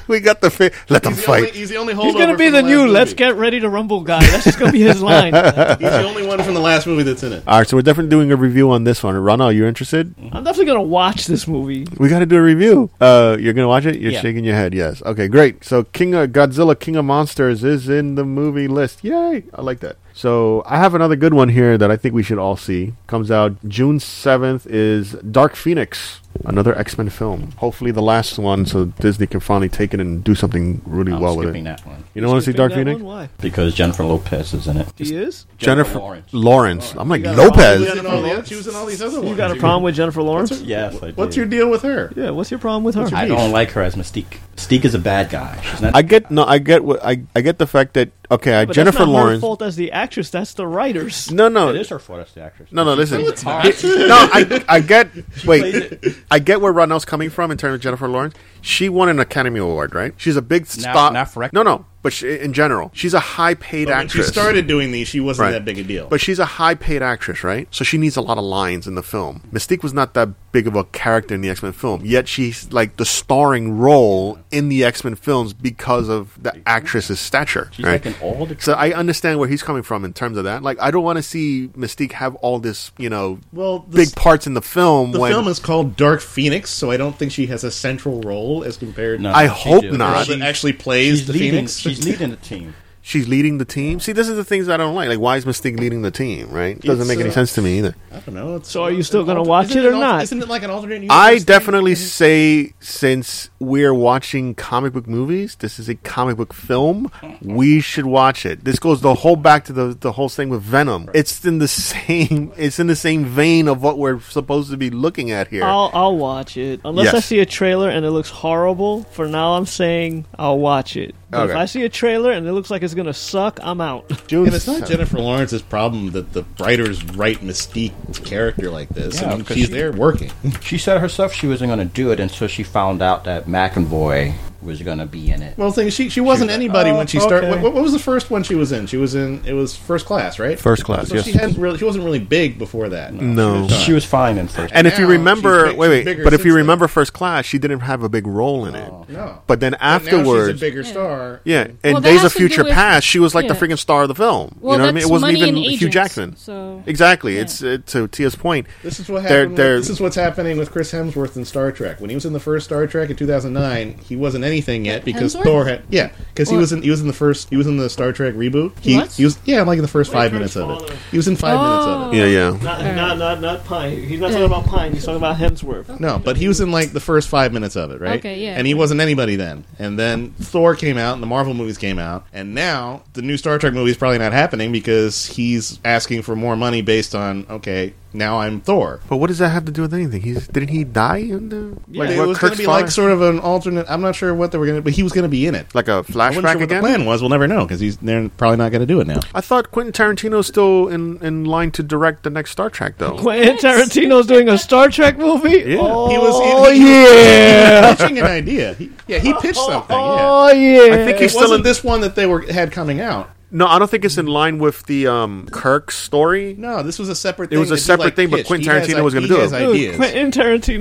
[SPEAKER 2] we got the fa- let them
[SPEAKER 7] He's the, only,
[SPEAKER 2] fight.
[SPEAKER 7] he's the only holdover.
[SPEAKER 1] He's gonna be
[SPEAKER 7] from
[SPEAKER 1] the
[SPEAKER 7] last
[SPEAKER 1] new
[SPEAKER 7] movie.
[SPEAKER 1] "Let's Get Ready to Rumble" guy. That's just gonna be his line. I'm
[SPEAKER 7] He's the only one from the last movie that's in it.
[SPEAKER 2] All right, so we're definitely doing a review on this one. Ronald, you interested?
[SPEAKER 1] definitely gonna watch this movie.
[SPEAKER 2] We got to do a review. Uh, you're gonna watch it. You're
[SPEAKER 6] Yeah.
[SPEAKER 2] shaking your head. Yes. Okay. Great. So, King of Godzilla, King of Monsters is in the movie list. Yay! I like that. So, I have another good one here that I think we should all see. Comes out June seventh. Is Dark Phoenix another X Men film? Hopefully, the last one, so Disney can finally take it and do something really
[SPEAKER 6] I'm
[SPEAKER 2] well with
[SPEAKER 6] skipping
[SPEAKER 2] it.
[SPEAKER 6] that one
[SPEAKER 2] You don't want to see
[SPEAKER 1] Skipping
[SPEAKER 2] Dark
[SPEAKER 1] that
[SPEAKER 2] Phoenix?
[SPEAKER 1] one? Why?
[SPEAKER 6] because Jennifer Lopez is in it.
[SPEAKER 1] He is.
[SPEAKER 2] Jennifer Lawrence.
[SPEAKER 6] Lawrence.
[SPEAKER 2] I'm like
[SPEAKER 1] You got a problem
[SPEAKER 7] She was
[SPEAKER 2] Lopez.
[SPEAKER 7] in all the, she was in all these other
[SPEAKER 2] Oh,
[SPEAKER 7] ones.
[SPEAKER 1] You got a problem with Jennifer Lawrence?
[SPEAKER 6] Yes, I
[SPEAKER 7] What's
[SPEAKER 6] did.
[SPEAKER 7] your deal with her?
[SPEAKER 1] Yeah. What's your problem with her?
[SPEAKER 6] I don't like her as Mystique. Mystique is a bad guy. She's not.
[SPEAKER 2] I get no. I get what I. I get the fact that okay. I
[SPEAKER 1] But
[SPEAKER 2] Jennifer
[SPEAKER 1] that's not her
[SPEAKER 2] Lawrence.
[SPEAKER 1] fault as the actress. That's the writers.
[SPEAKER 2] No, no.
[SPEAKER 6] it is her fault as the actress.
[SPEAKER 2] No, no, listen.
[SPEAKER 6] It's
[SPEAKER 2] no,
[SPEAKER 6] not.
[SPEAKER 2] I, I get. Wait, I get where Ronald's coming from in terms of Jennifer Lawrence. She won an Academy Award, right? She's a big star.
[SPEAKER 6] not for acting.
[SPEAKER 2] no, no, but she, in general, she's a high-paid
[SPEAKER 7] But when she
[SPEAKER 2] actress.
[SPEAKER 7] started doing these, she wasn't
[SPEAKER 2] Right.
[SPEAKER 7] that big a deal.
[SPEAKER 2] But she's a high-paid actress, right? So she needs a lot of lines in the film. Mystique was not that big of a character in the X Men film, yet she's like the starring role in the X Men films because of the actress's stature.
[SPEAKER 6] She's
[SPEAKER 2] right?
[SPEAKER 6] like an old.
[SPEAKER 2] so I understand where he's coming from in terms of that. Like, I don't want to see Mystique have all this, you know,
[SPEAKER 7] well, the,
[SPEAKER 2] big parts in the film.
[SPEAKER 7] the
[SPEAKER 2] when
[SPEAKER 7] film is called Dark Phoenix, so I don't think she has a central role as compared
[SPEAKER 6] No,
[SPEAKER 7] to
[SPEAKER 2] I
[SPEAKER 6] she
[SPEAKER 2] hope
[SPEAKER 6] did.
[SPEAKER 2] not.
[SPEAKER 7] the
[SPEAKER 6] She-
[SPEAKER 7] that actually plays
[SPEAKER 6] she's
[SPEAKER 7] the
[SPEAKER 6] leading,
[SPEAKER 7] Phoenix.
[SPEAKER 6] She's leading the team.
[SPEAKER 2] she's leading the team. See, this is the things I don't like. Like, why is Mystique leading the team? Right? It doesn't
[SPEAKER 7] It's,
[SPEAKER 2] make any
[SPEAKER 7] uh,
[SPEAKER 2] sense to me either.
[SPEAKER 7] I don't know. It's,
[SPEAKER 1] So are you
[SPEAKER 7] it's
[SPEAKER 1] still
[SPEAKER 7] an
[SPEAKER 1] gonna
[SPEAKER 7] alter-
[SPEAKER 1] watch
[SPEAKER 7] isn't
[SPEAKER 1] it or
[SPEAKER 7] an al-
[SPEAKER 1] not?
[SPEAKER 7] Isn't it like an alternate universe?
[SPEAKER 2] I
[SPEAKER 7] thing?
[SPEAKER 2] definitely
[SPEAKER 3] Mm-hmm.
[SPEAKER 2] say since we're watching comic book movies, this is a comic book film. We should watch it. This goes the whole back to the the whole thing with Venom. It's in the same. It's in the same vein of what we're supposed to be looking at here.
[SPEAKER 3] Oh.
[SPEAKER 1] I'll I'll watch it unless
[SPEAKER 2] Yes.
[SPEAKER 1] I see a trailer and it looks horrible. For now, I'm saying I'll watch it. But If
[SPEAKER 2] Okay.
[SPEAKER 1] I see a trailer and it looks like it's gonna suck, I'm out.
[SPEAKER 2] June
[SPEAKER 7] And it's not
[SPEAKER 2] seventh.
[SPEAKER 7] Jennifer Lawrence's problem that the writers write Mystique character like this.
[SPEAKER 6] Yeah,
[SPEAKER 7] I mean,
[SPEAKER 6] 'cause
[SPEAKER 7] she's
[SPEAKER 6] she-
[SPEAKER 7] there working.
[SPEAKER 6] She said herself she wasn't going to do it until she found out that McAvoy was going to be in it.
[SPEAKER 7] Well, the thing is, she she wasn't
[SPEAKER 6] She was like,
[SPEAKER 7] anybody
[SPEAKER 6] "Oh,
[SPEAKER 7] when she started.
[SPEAKER 6] okay."
[SPEAKER 7] What, what was the first one she was in? She was in it was first class, right?
[SPEAKER 2] First Class,
[SPEAKER 7] So
[SPEAKER 2] yes.
[SPEAKER 7] she hadn't really. She wasn't really big before that.
[SPEAKER 2] No.
[SPEAKER 6] she was fine in first.
[SPEAKER 2] And if you
[SPEAKER 7] Now,
[SPEAKER 2] remember,
[SPEAKER 7] she's big-
[SPEAKER 2] wait,
[SPEAKER 7] she's
[SPEAKER 2] wait,
[SPEAKER 7] bigger
[SPEAKER 2] but if you
[SPEAKER 7] since then.
[SPEAKER 2] remember First Class, she didn't have a big role in it.
[SPEAKER 7] No.
[SPEAKER 2] But then
[SPEAKER 7] now
[SPEAKER 2] afterwards,
[SPEAKER 7] she's a bigger star.
[SPEAKER 2] Yeah, in
[SPEAKER 3] Well, that
[SPEAKER 2] Days
[SPEAKER 3] has
[SPEAKER 2] of
[SPEAKER 3] to do
[SPEAKER 2] Future
[SPEAKER 3] with-
[SPEAKER 2] Past, she was like the
[SPEAKER 3] yeah.
[SPEAKER 2] freaking star of the film.
[SPEAKER 3] Well,
[SPEAKER 2] you know what I
[SPEAKER 3] that's
[SPEAKER 2] mean? It wasn't
[SPEAKER 3] money
[SPEAKER 2] even
[SPEAKER 3] and
[SPEAKER 2] Hugh
[SPEAKER 3] agents,
[SPEAKER 2] Jackson.
[SPEAKER 3] so-
[SPEAKER 2] exactly.
[SPEAKER 3] Yeah.
[SPEAKER 2] It's it, to Tia's point.
[SPEAKER 7] This is what
[SPEAKER 2] They're-
[SPEAKER 7] happened. with-
[SPEAKER 2] they're-
[SPEAKER 7] this is what's happening with Chris Hemsworth in Star Trek. When he was in the first Star Trek in 2009, he wasn't
[SPEAKER 4] anything yet because
[SPEAKER 3] Hemsworth?
[SPEAKER 4] Thor had yeah because he
[SPEAKER 3] Or-
[SPEAKER 4] was in he was in the first he was in the Star Trek reboot. He,
[SPEAKER 1] What? Oh.
[SPEAKER 4] he was yeah like in the first five minutes of it. He was in five minutes of it.
[SPEAKER 2] Yeah, yeah.
[SPEAKER 1] Not, not, not, not Pine. He's not talking about Pine. He's talking about Hemsworth.
[SPEAKER 4] No, but he was in like the first five minutes of it, right?
[SPEAKER 1] Okay, yeah.
[SPEAKER 4] And he wasn't anybody then. And then Thor came out, and the Marvel movies came out, and now the new Star Trek movie is probably not happening because he's asking for more money based on okay, now I'm Thor.
[SPEAKER 2] But what does that have to do with anything? He's didn't he die in the
[SPEAKER 4] Like, it was going to be
[SPEAKER 2] father-
[SPEAKER 4] like sort of an alternate. I'm not sure what they were going to, but he was going to be in it.
[SPEAKER 2] Like a
[SPEAKER 4] I wasn't
[SPEAKER 2] flashback
[SPEAKER 4] sure what the
[SPEAKER 2] again?
[SPEAKER 4] plan was. We'll never know because he's they're probably not going to do it now.
[SPEAKER 2] I thought Quentin Tarantino's still in, in line to direct the next Star Trek though.
[SPEAKER 1] Quentin Tarantino's doing a Star Trek movie.
[SPEAKER 2] Yeah.
[SPEAKER 1] Oh,
[SPEAKER 4] He was.
[SPEAKER 1] Oh yeah.
[SPEAKER 4] he was pitching an idea. He, yeah, he pitched something. Yeah.
[SPEAKER 1] Oh yeah.
[SPEAKER 2] I think
[SPEAKER 4] It
[SPEAKER 2] he's still in
[SPEAKER 4] wasn't this one that they were had coming out.
[SPEAKER 2] No, I don't think it's in line with the um, Kirk story.
[SPEAKER 4] No, this was a separate.
[SPEAKER 2] It
[SPEAKER 4] thing
[SPEAKER 2] was a
[SPEAKER 4] that he,
[SPEAKER 2] separate
[SPEAKER 4] like,
[SPEAKER 2] thing, but
[SPEAKER 4] pitched.
[SPEAKER 2] Quentin
[SPEAKER 4] He has
[SPEAKER 2] Tarantino was gonna
[SPEAKER 4] i-
[SPEAKER 2] do
[SPEAKER 4] he
[SPEAKER 2] it.
[SPEAKER 4] has
[SPEAKER 2] Dude,
[SPEAKER 1] Dude,
[SPEAKER 4] ideas.
[SPEAKER 1] Quentin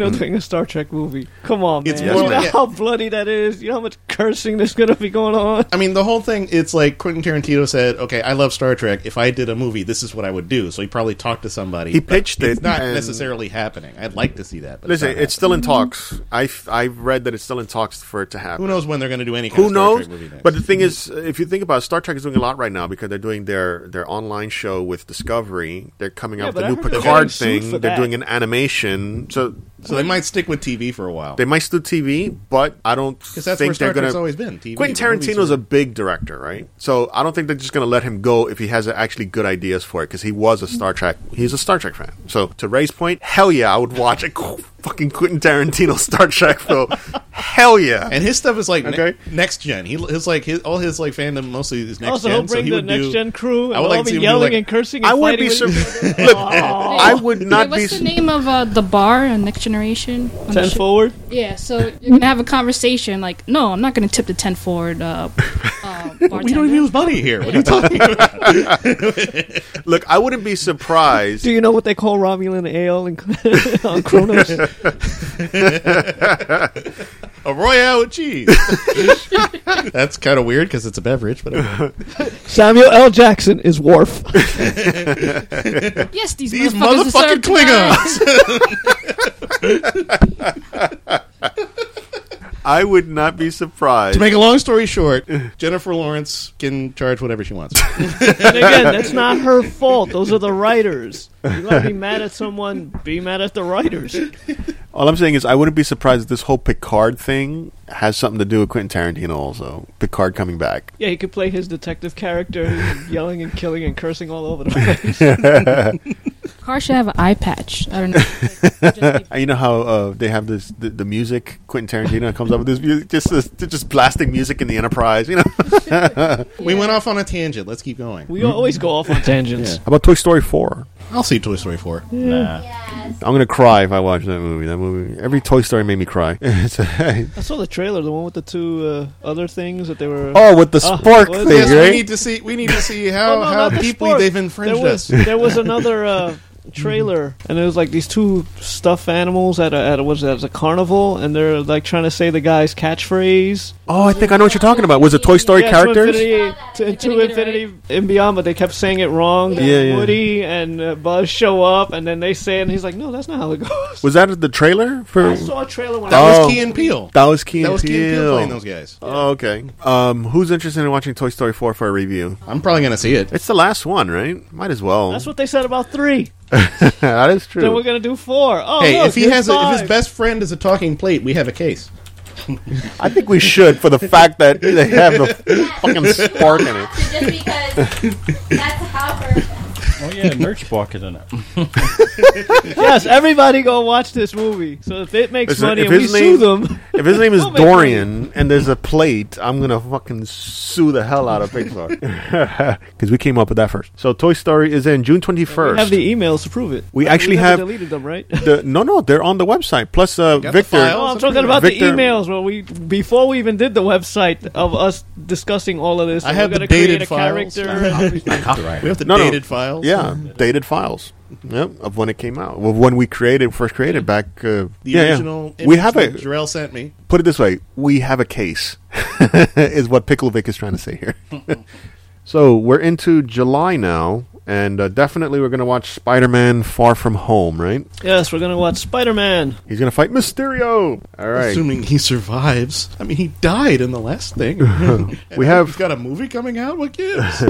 [SPEAKER 1] Tarantino doing a Star Trek movie. Come on, man.
[SPEAKER 4] It's
[SPEAKER 1] you
[SPEAKER 2] more-
[SPEAKER 1] know
[SPEAKER 4] yeah.
[SPEAKER 1] how bloody that is. You know how much cursing there's gonna be going on.
[SPEAKER 4] I mean, the whole thing. It's like Quentin Tarantino said, "Okay, I love Star Trek. If I did a movie, this is what I would do." So he probably talked to somebody.
[SPEAKER 2] He
[SPEAKER 4] but
[SPEAKER 2] pitched
[SPEAKER 4] it's
[SPEAKER 2] it
[SPEAKER 4] not
[SPEAKER 2] and-
[SPEAKER 4] necessarily happening. I'd like to see that. But
[SPEAKER 2] Listen,
[SPEAKER 4] not
[SPEAKER 2] it's still in talks. I have read that it's still in talks for it to happen.
[SPEAKER 4] happening. who knows when they're going to do any kind
[SPEAKER 2] Who
[SPEAKER 4] of Star
[SPEAKER 2] knows?
[SPEAKER 4] Trek movie next.
[SPEAKER 2] But the thing is, if you think about it, Star Trek is doing a lot right now because they're doing their, their online show with Discovery. They're coming
[SPEAKER 1] Yeah,
[SPEAKER 2] up
[SPEAKER 1] but
[SPEAKER 2] with
[SPEAKER 1] I
[SPEAKER 2] the new
[SPEAKER 1] heard they're
[SPEAKER 2] Picard
[SPEAKER 1] getting sued
[SPEAKER 2] thing.
[SPEAKER 1] for
[SPEAKER 2] They're
[SPEAKER 1] that.
[SPEAKER 2] doing an animation. So
[SPEAKER 4] so they might stick with TV for a while.
[SPEAKER 2] they might still TV, but I don't
[SPEAKER 4] Because that's
[SPEAKER 2] think
[SPEAKER 4] where Star
[SPEAKER 2] they're going
[SPEAKER 4] Trek's
[SPEAKER 2] to.
[SPEAKER 4] always been. TV.
[SPEAKER 2] Quentin
[SPEAKER 4] The movies
[SPEAKER 2] Tarantino's
[SPEAKER 4] were-
[SPEAKER 2] a big director, right? So I don't think they're just going to let him go if he has actually good ideas for it because he was a Star Trek. He's a Star Trek fan. So to Ray's point, hell yeah, I would watch a qu- fucking Quentin Tarantino Star Trek film. hell yeah.
[SPEAKER 4] and his stuff is like ne-
[SPEAKER 2] Okay.
[SPEAKER 4] next gen. He his like his all his like fandom mostly is next
[SPEAKER 1] also,
[SPEAKER 4] gen.
[SPEAKER 1] he'll
[SPEAKER 4] so
[SPEAKER 1] bring
[SPEAKER 4] he
[SPEAKER 1] the
[SPEAKER 4] would
[SPEAKER 1] next
[SPEAKER 4] do,
[SPEAKER 1] gen crew.
[SPEAKER 4] I
[SPEAKER 1] And
[SPEAKER 4] would
[SPEAKER 1] will
[SPEAKER 4] like
[SPEAKER 1] all
[SPEAKER 4] to see
[SPEAKER 1] be
[SPEAKER 4] him do,
[SPEAKER 1] yelling
[SPEAKER 4] like-
[SPEAKER 1] and cursing. And
[SPEAKER 2] I would be
[SPEAKER 1] fighting with-
[SPEAKER 2] surprised. Look, I would
[SPEAKER 3] Wait,
[SPEAKER 2] not be.
[SPEAKER 3] what's the name of uh, the bar on Next Generation? On the
[SPEAKER 1] Ten
[SPEAKER 3] show?
[SPEAKER 1] forward.
[SPEAKER 3] Yeah, so you're gonna have a conversation like, no, I'm not gonna tip the ten forward. Uh, uh,
[SPEAKER 4] We don't
[SPEAKER 3] bartender."
[SPEAKER 4] even use money here. What are you talking?
[SPEAKER 2] Look, I wouldn't be surprised.
[SPEAKER 1] Do you know what they call Romulan ale and on Kronos?
[SPEAKER 4] a royale with cheese. That's kind of weird because it's a beverage, but okay.
[SPEAKER 1] Samuel L. Jackson is Worf.
[SPEAKER 3] Yes, these,
[SPEAKER 4] these
[SPEAKER 3] motherfuckers, are
[SPEAKER 4] motherfucking
[SPEAKER 3] served tonight.
[SPEAKER 4] Klingons.
[SPEAKER 2] I would not be surprised.
[SPEAKER 4] to make a long story short, Jennifer Lawrence can charge whatever she wants.
[SPEAKER 1] and again, that's not her fault. Those are the writers. You want to be mad at someone? Be mad at the writers.
[SPEAKER 2] All I'm saying is, I wouldn't be surprised if this whole Picard thing has something to do with Quentin Tarantino. Also, Picard coming back.
[SPEAKER 1] Yeah, he could play his detective character, who's yelling and killing and cursing all over the place.
[SPEAKER 3] Car should have an eye patch. I don't know.
[SPEAKER 2] And you know how uh, they have this the, the music. Quentin Tarantino comes up with this music, just this, just blasting music in the Enterprise. You know, how
[SPEAKER 4] We went off on a tangent. Let's keep going.
[SPEAKER 1] We always go off on tangents.
[SPEAKER 2] about Toy Story Four?
[SPEAKER 4] I'll see Toy Story Four.
[SPEAKER 2] I'm gonna cry if I watch that movie. That movie, every Toy Story made me cry. It's a-
[SPEAKER 1] I saw the trailer, the one with the two uh, other things that they were.
[SPEAKER 2] oh, with the
[SPEAKER 1] Oh,
[SPEAKER 2] spark
[SPEAKER 1] what is
[SPEAKER 2] thing,
[SPEAKER 4] Yes, we
[SPEAKER 2] right?
[SPEAKER 4] need to see. We need to see how,
[SPEAKER 1] Oh, no,
[SPEAKER 4] Oh, how
[SPEAKER 1] not the
[SPEAKER 4] deeply
[SPEAKER 1] sport.
[SPEAKER 4] they've
[SPEAKER 1] there
[SPEAKER 4] infringed
[SPEAKER 1] was
[SPEAKER 4] us.
[SPEAKER 1] there was another uh, trailer, and it was like these two stuffed animals at a, at a what's that? It's a carnival, and they're like trying to say the guy's catchphrase.
[SPEAKER 2] oh, I think I know what you're talking about. Was it Toy Story
[SPEAKER 1] Yeah,
[SPEAKER 2] characters?
[SPEAKER 1] To infinity, to, to
[SPEAKER 3] Infinity,
[SPEAKER 1] infinity and beyond, but they kept saying it wrong.
[SPEAKER 2] Yeah, yeah.
[SPEAKER 1] Woody and uh, Buzz show up, and then they say it, and he's like, no, that's not how it goes.
[SPEAKER 2] Was that the trailer for?
[SPEAKER 1] I saw a trailer when
[SPEAKER 4] That
[SPEAKER 1] I
[SPEAKER 2] Oh.
[SPEAKER 4] was Key and Peele.
[SPEAKER 2] That was Key
[SPEAKER 4] That
[SPEAKER 2] and
[SPEAKER 4] was Key and Peele
[SPEAKER 2] Peele.
[SPEAKER 4] playing those guys.
[SPEAKER 2] Oh, okay. Um, who's interested in watching Toy Story 4 for a review?
[SPEAKER 4] I'm probably gonna see it.
[SPEAKER 2] It's the last one, right? Might as well.
[SPEAKER 1] That's what they said about three.
[SPEAKER 2] that is true.
[SPEAKER 1] Then we're gonna do four. Oh,
[SPEAKER 4] Hey,
[SPEAKER 1] look,
[SPEAKER 4] if he
[SPEAKER 1] there's
[SPEAKER 4] has, a, if
[SPEAKER 1] five.
[SPEAKER 4] his best friend is a talking plate, we have a case.
[SPEAKER 2] I think we should for the fact that they have the fucking spark in it.
[SPEAKER 9] Just because that's how
[SPEAKER 5] Oh yeah, Nurse Bark is in it.
[SPEAKER 1] yes, everybody go watch this movie. So if it makes
[SPEAKER 2] Listen,
[SPEAKER 1] money
[SPEAKER 2] if
[SPEAKER 1] and we
[SPEAKER 2] his
[SPEAKER 1] sue
[SPEAKER 2] name-
[SPEAKER 1] them,
[SPEAKER 2] If his name is
[SPEAKER 1] We'll make
[SPEAKER 2] Dorian and there's a plate, I'm going to fucking sue the hell out of Pixar. Because we came up with that first. So Toy Story is in June
[SPEAKER 1] we have
[SPEAKER 2] 21st.
[SPEAKER 1] the emails to prove it.
[SPEAKER 2] We
[SPEAKER 1] But
[SPEAKER 2] actually
[SPEAKER 1] never
[SPEAKER 2] have-
[SPEAKER 1] deleted them, right?
[SPEAKER 2] The- no, no, they're on the website. Plus, uh,
[SPEAKER 4] got the
[SPEAKER 2] Victor.
[SPEAKER 4] file?
[SPEAKER 1] No, I'm
[SPEAKER 4] It's up
[SPEAKER 1] talking
[SPEAKER 4] to
[SPEAKER 1] about the
[SPEAKER 2] Victor-
[SPEAKER 1] emails where we before we even did the website of us discussing all of this.
[SPEAKER 4] I
[SPEAKER 1] and
[SPEAKER 4] have
[SPEAKER 1] we're
[SPEAKER 4] the
[SPEAKER 1] gonna create
[SPEAKER 4] dated
[SPEAKER 1] a
[SPEAKER 4] files.
[SPEAKER 1] character. and-
[SPEAKER 4] We have the
[SPEAKER 2] No, no.
[SPEAKER 4] dated files.
[SPEAKER 2] Yeah, dated files. Yep, of when it came out, of when we created, first created back. Uh,
[SPEAKER 4] The
[SPEAKER 2] yeah, yeah.
[SPEAKER 4] original.
[SPEAKER 2] We have
[SPEAKER 4] it.
[SPEAKER 2] a
[SPEAKER 4] Jarrell sent me.
[SPEAKER 2] put it this way: we have a case, is what Picklevic is trying to say here. so we're into July now, and uh, definitely we're gonna watch Spider-Man: Far From Home. Right?
[SPEAKER 1] Yes, we're gonna watch Spider Man.
[SPEAKER 2] He's gonna fight Mysterio. All right.
[SPEAKER 4] Assuming he survives. I mean, he died in the last thing.
[SPEAKER 2] We have-
[SPEAKER 4] We've got a movie coming out. What gives?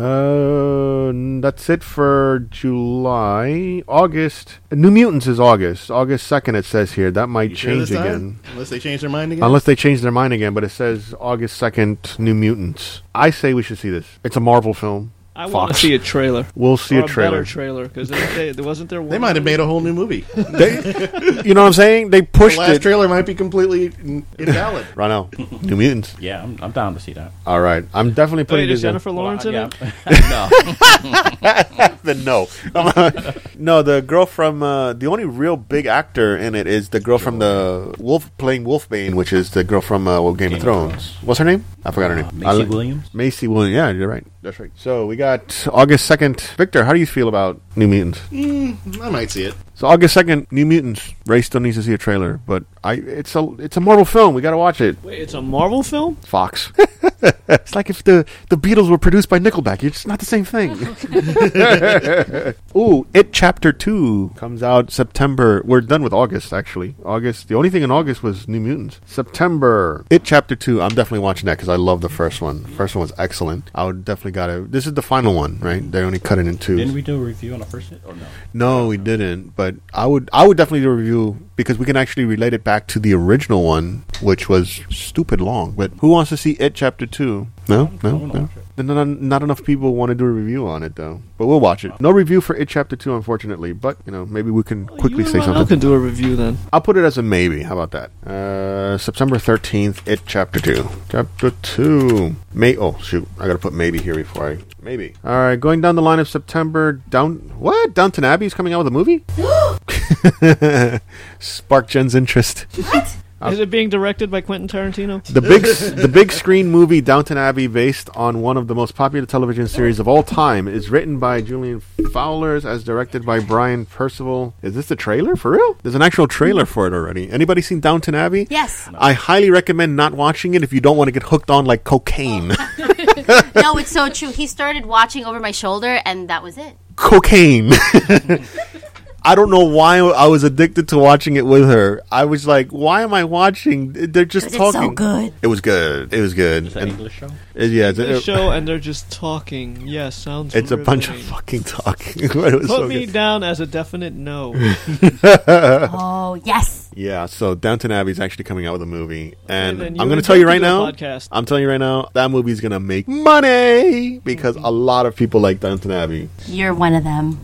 [SPEAKER 2] Uh, n- that's it for July. August. New Mutants is August. August second. It says here that might
[SPEAKER 4] You sure
[SPEAKER 2] change
[SPEAKER 4] this time?
[SPEAKER 2] again.
[SPEAKER 4] Unless they change their mind again.
[SPEAKER 2] Unless they change their mind again, but it says August 2nd, New Mutants. I say we should see this. It's a Marvel film.
[SPEAKER 1] I want to see a trailer.
[SPEAKER 2] We'll see
[SPEAKER 1] Or
[SPEAKER 2] a trailer.
[SPEAKER 1] better trailer because there wasn't there.
[SPEAKER 4] they might have made a whole new movie. the
[SPEAKER 2] They- you know what I'm saying? They pushed
[SPEAKER 4] last
[SPEAKER 2] it.
[SPEAKER 4] trailer might be completely in- invalid.
[SPEAKER 2] right now. New Mutants.
[SPEAKER 5] Yeah, I'm, I'm down to see that.
[SPEAKER 2] All right. I'm definitely putting
[SPEAKER 1] Wait, is
[SPEAKER 2] this in.
[SPEAKER 1] Jennifer Lawrence in it?
[SPEAKER 5] no.
[SPEAKER 2] Then no. no, the girl from uh, the only real big actor in it is the girl from the Wolf playing Wolfbane, which is the girl from uh, well, Game, of
[SPEAKER 5] of
[SPEAKER 2] Thrones. What's her name? I forgot her name.
[SPEAKER 5] Macy
[SPEAKER 2] I'll-
[SPEAKER 5] Williams?
[SPEAKER 2] Macy Williams. Yeah, you're right. That's right. So we got August second. Victor, how do you feel about New Mutants?
[SPEAKER 4] I might see it.
[SPEAKER 2] So August second, New Mutants. Ray still needs to see a trailer, but I it's a it's a Marvel film. We got to watch it.
[SPEAKER 1] Wait, it's a Marvel film.
[SPEAKER 2] Fox. it's like if the the Beatles were produced by Nickelback. It's not the same thing. Ooh, It Chapter Two comes out September. We're done with August actually. August. The only thing in August was New Mutants. September. It Chapter Two. I'm definitely watching that because I love the first one. First one was excellent. I would definitely gotta. This is the final one, right? They only cut it in 2
[SPEAKER 5] Didn't we do a review on the first hit or no?
[SPEAKER 2] no, we didn't. But I would I would definitely do a review because we can actually relate it back to the original one, which was stupid long. But who wants to see it chapter two? No, no,
[SPEAKER 5] wanna
[SPEAKER 2] no.
[SPEAKER 5] watch it.
[SPEAKER 2] Then Not, not enough people want to do a review on it though. But we'll watch it. No review for it chapter two, unfortunately. But you know, maybe we can quickly say
[SPEAKER 1] I
[SPEAKER 2] something.
[SPEAKER 1] can do a review then.
[SPEAKER 2] I'll put it as a maybe. How about that? Uh, September thirteenth, it chapter two. Chapter two. May. Oh shoot, I gotta put maybe here before I maybe. All right, going down the line of September. Down what? Downton Abbey is coming out with a movie. Spark Jen's interest.
[SPEAKER 1] Is it being directed by Quentin Tarantino?
[SPEAKER 2] The big the big screen movie Downton Abbey, based on one of the most popular television series of all time, is written by Julian Fowlers as directed by Brian Percival. Is this the trailer for real? There's an actual trailer for it already. Anybody seen Downton Abbey?
[SPEAKER 10] Yes.
[SPEAKER 2] I highly recommend not watching it if you don't want to get hooked on like cocaine.
[SPEAKER 10] No, it's so true. He started watching over my shoulder, and that was it.
[SPEAKER 2] cocaine. I don't know why I was addicted to watching it with her. I was like, why am I watching? They're just
[SPEAKER 10] 'Cause it's
[SPEAKER 2] talking.
[SPEAKER 10] so good.
[SPEAKER 2] It was good. It was
[SPEAKER 5] Is
[SPEAKER 2] good.
[SPEAKER 5] that
[SPEAKER 2] And-
[SPEAKER 5] English show?
[SPEAKER 2] uh, yeah, it's,
[SPEAKER 1] The
[SPEAKER 2] it-
[SPEAKER 1] show and they're just talking. Yes, sounds.
[SPEAKER 2] it's a bunch of
[SPEAKER 1] riveting.
[SPEAKER 2] fucking talking. It was
[SPEAKER 1] Put
[SPEAKER 2] so
[SPEAKER 1] me
[SPEAKER 2] good. Um,
[SPEAKER 1] down as a definite no.
[SPEAKER 10] Oh yes.
[SPEAKER 2] Yeah, so Downton Abbey is actually coming out with a movie, and,
[SPEAKER 1] then you
[SPEAKER 2] I'm going
[SPEAKER 1] and
[SPEAKER 2] to tell you
[SPEAKER 1] Jake
[SPEAKER 2] right
[SPEAKER 1] do a
[SPEAKER 2] now.
[SPEAKER 1] podcast.
[SPEAKER 2] I'm telling you right now, that movie's going to make money because a lot of people like Downton Abbey.
[SPEAKER 10] You're one of them.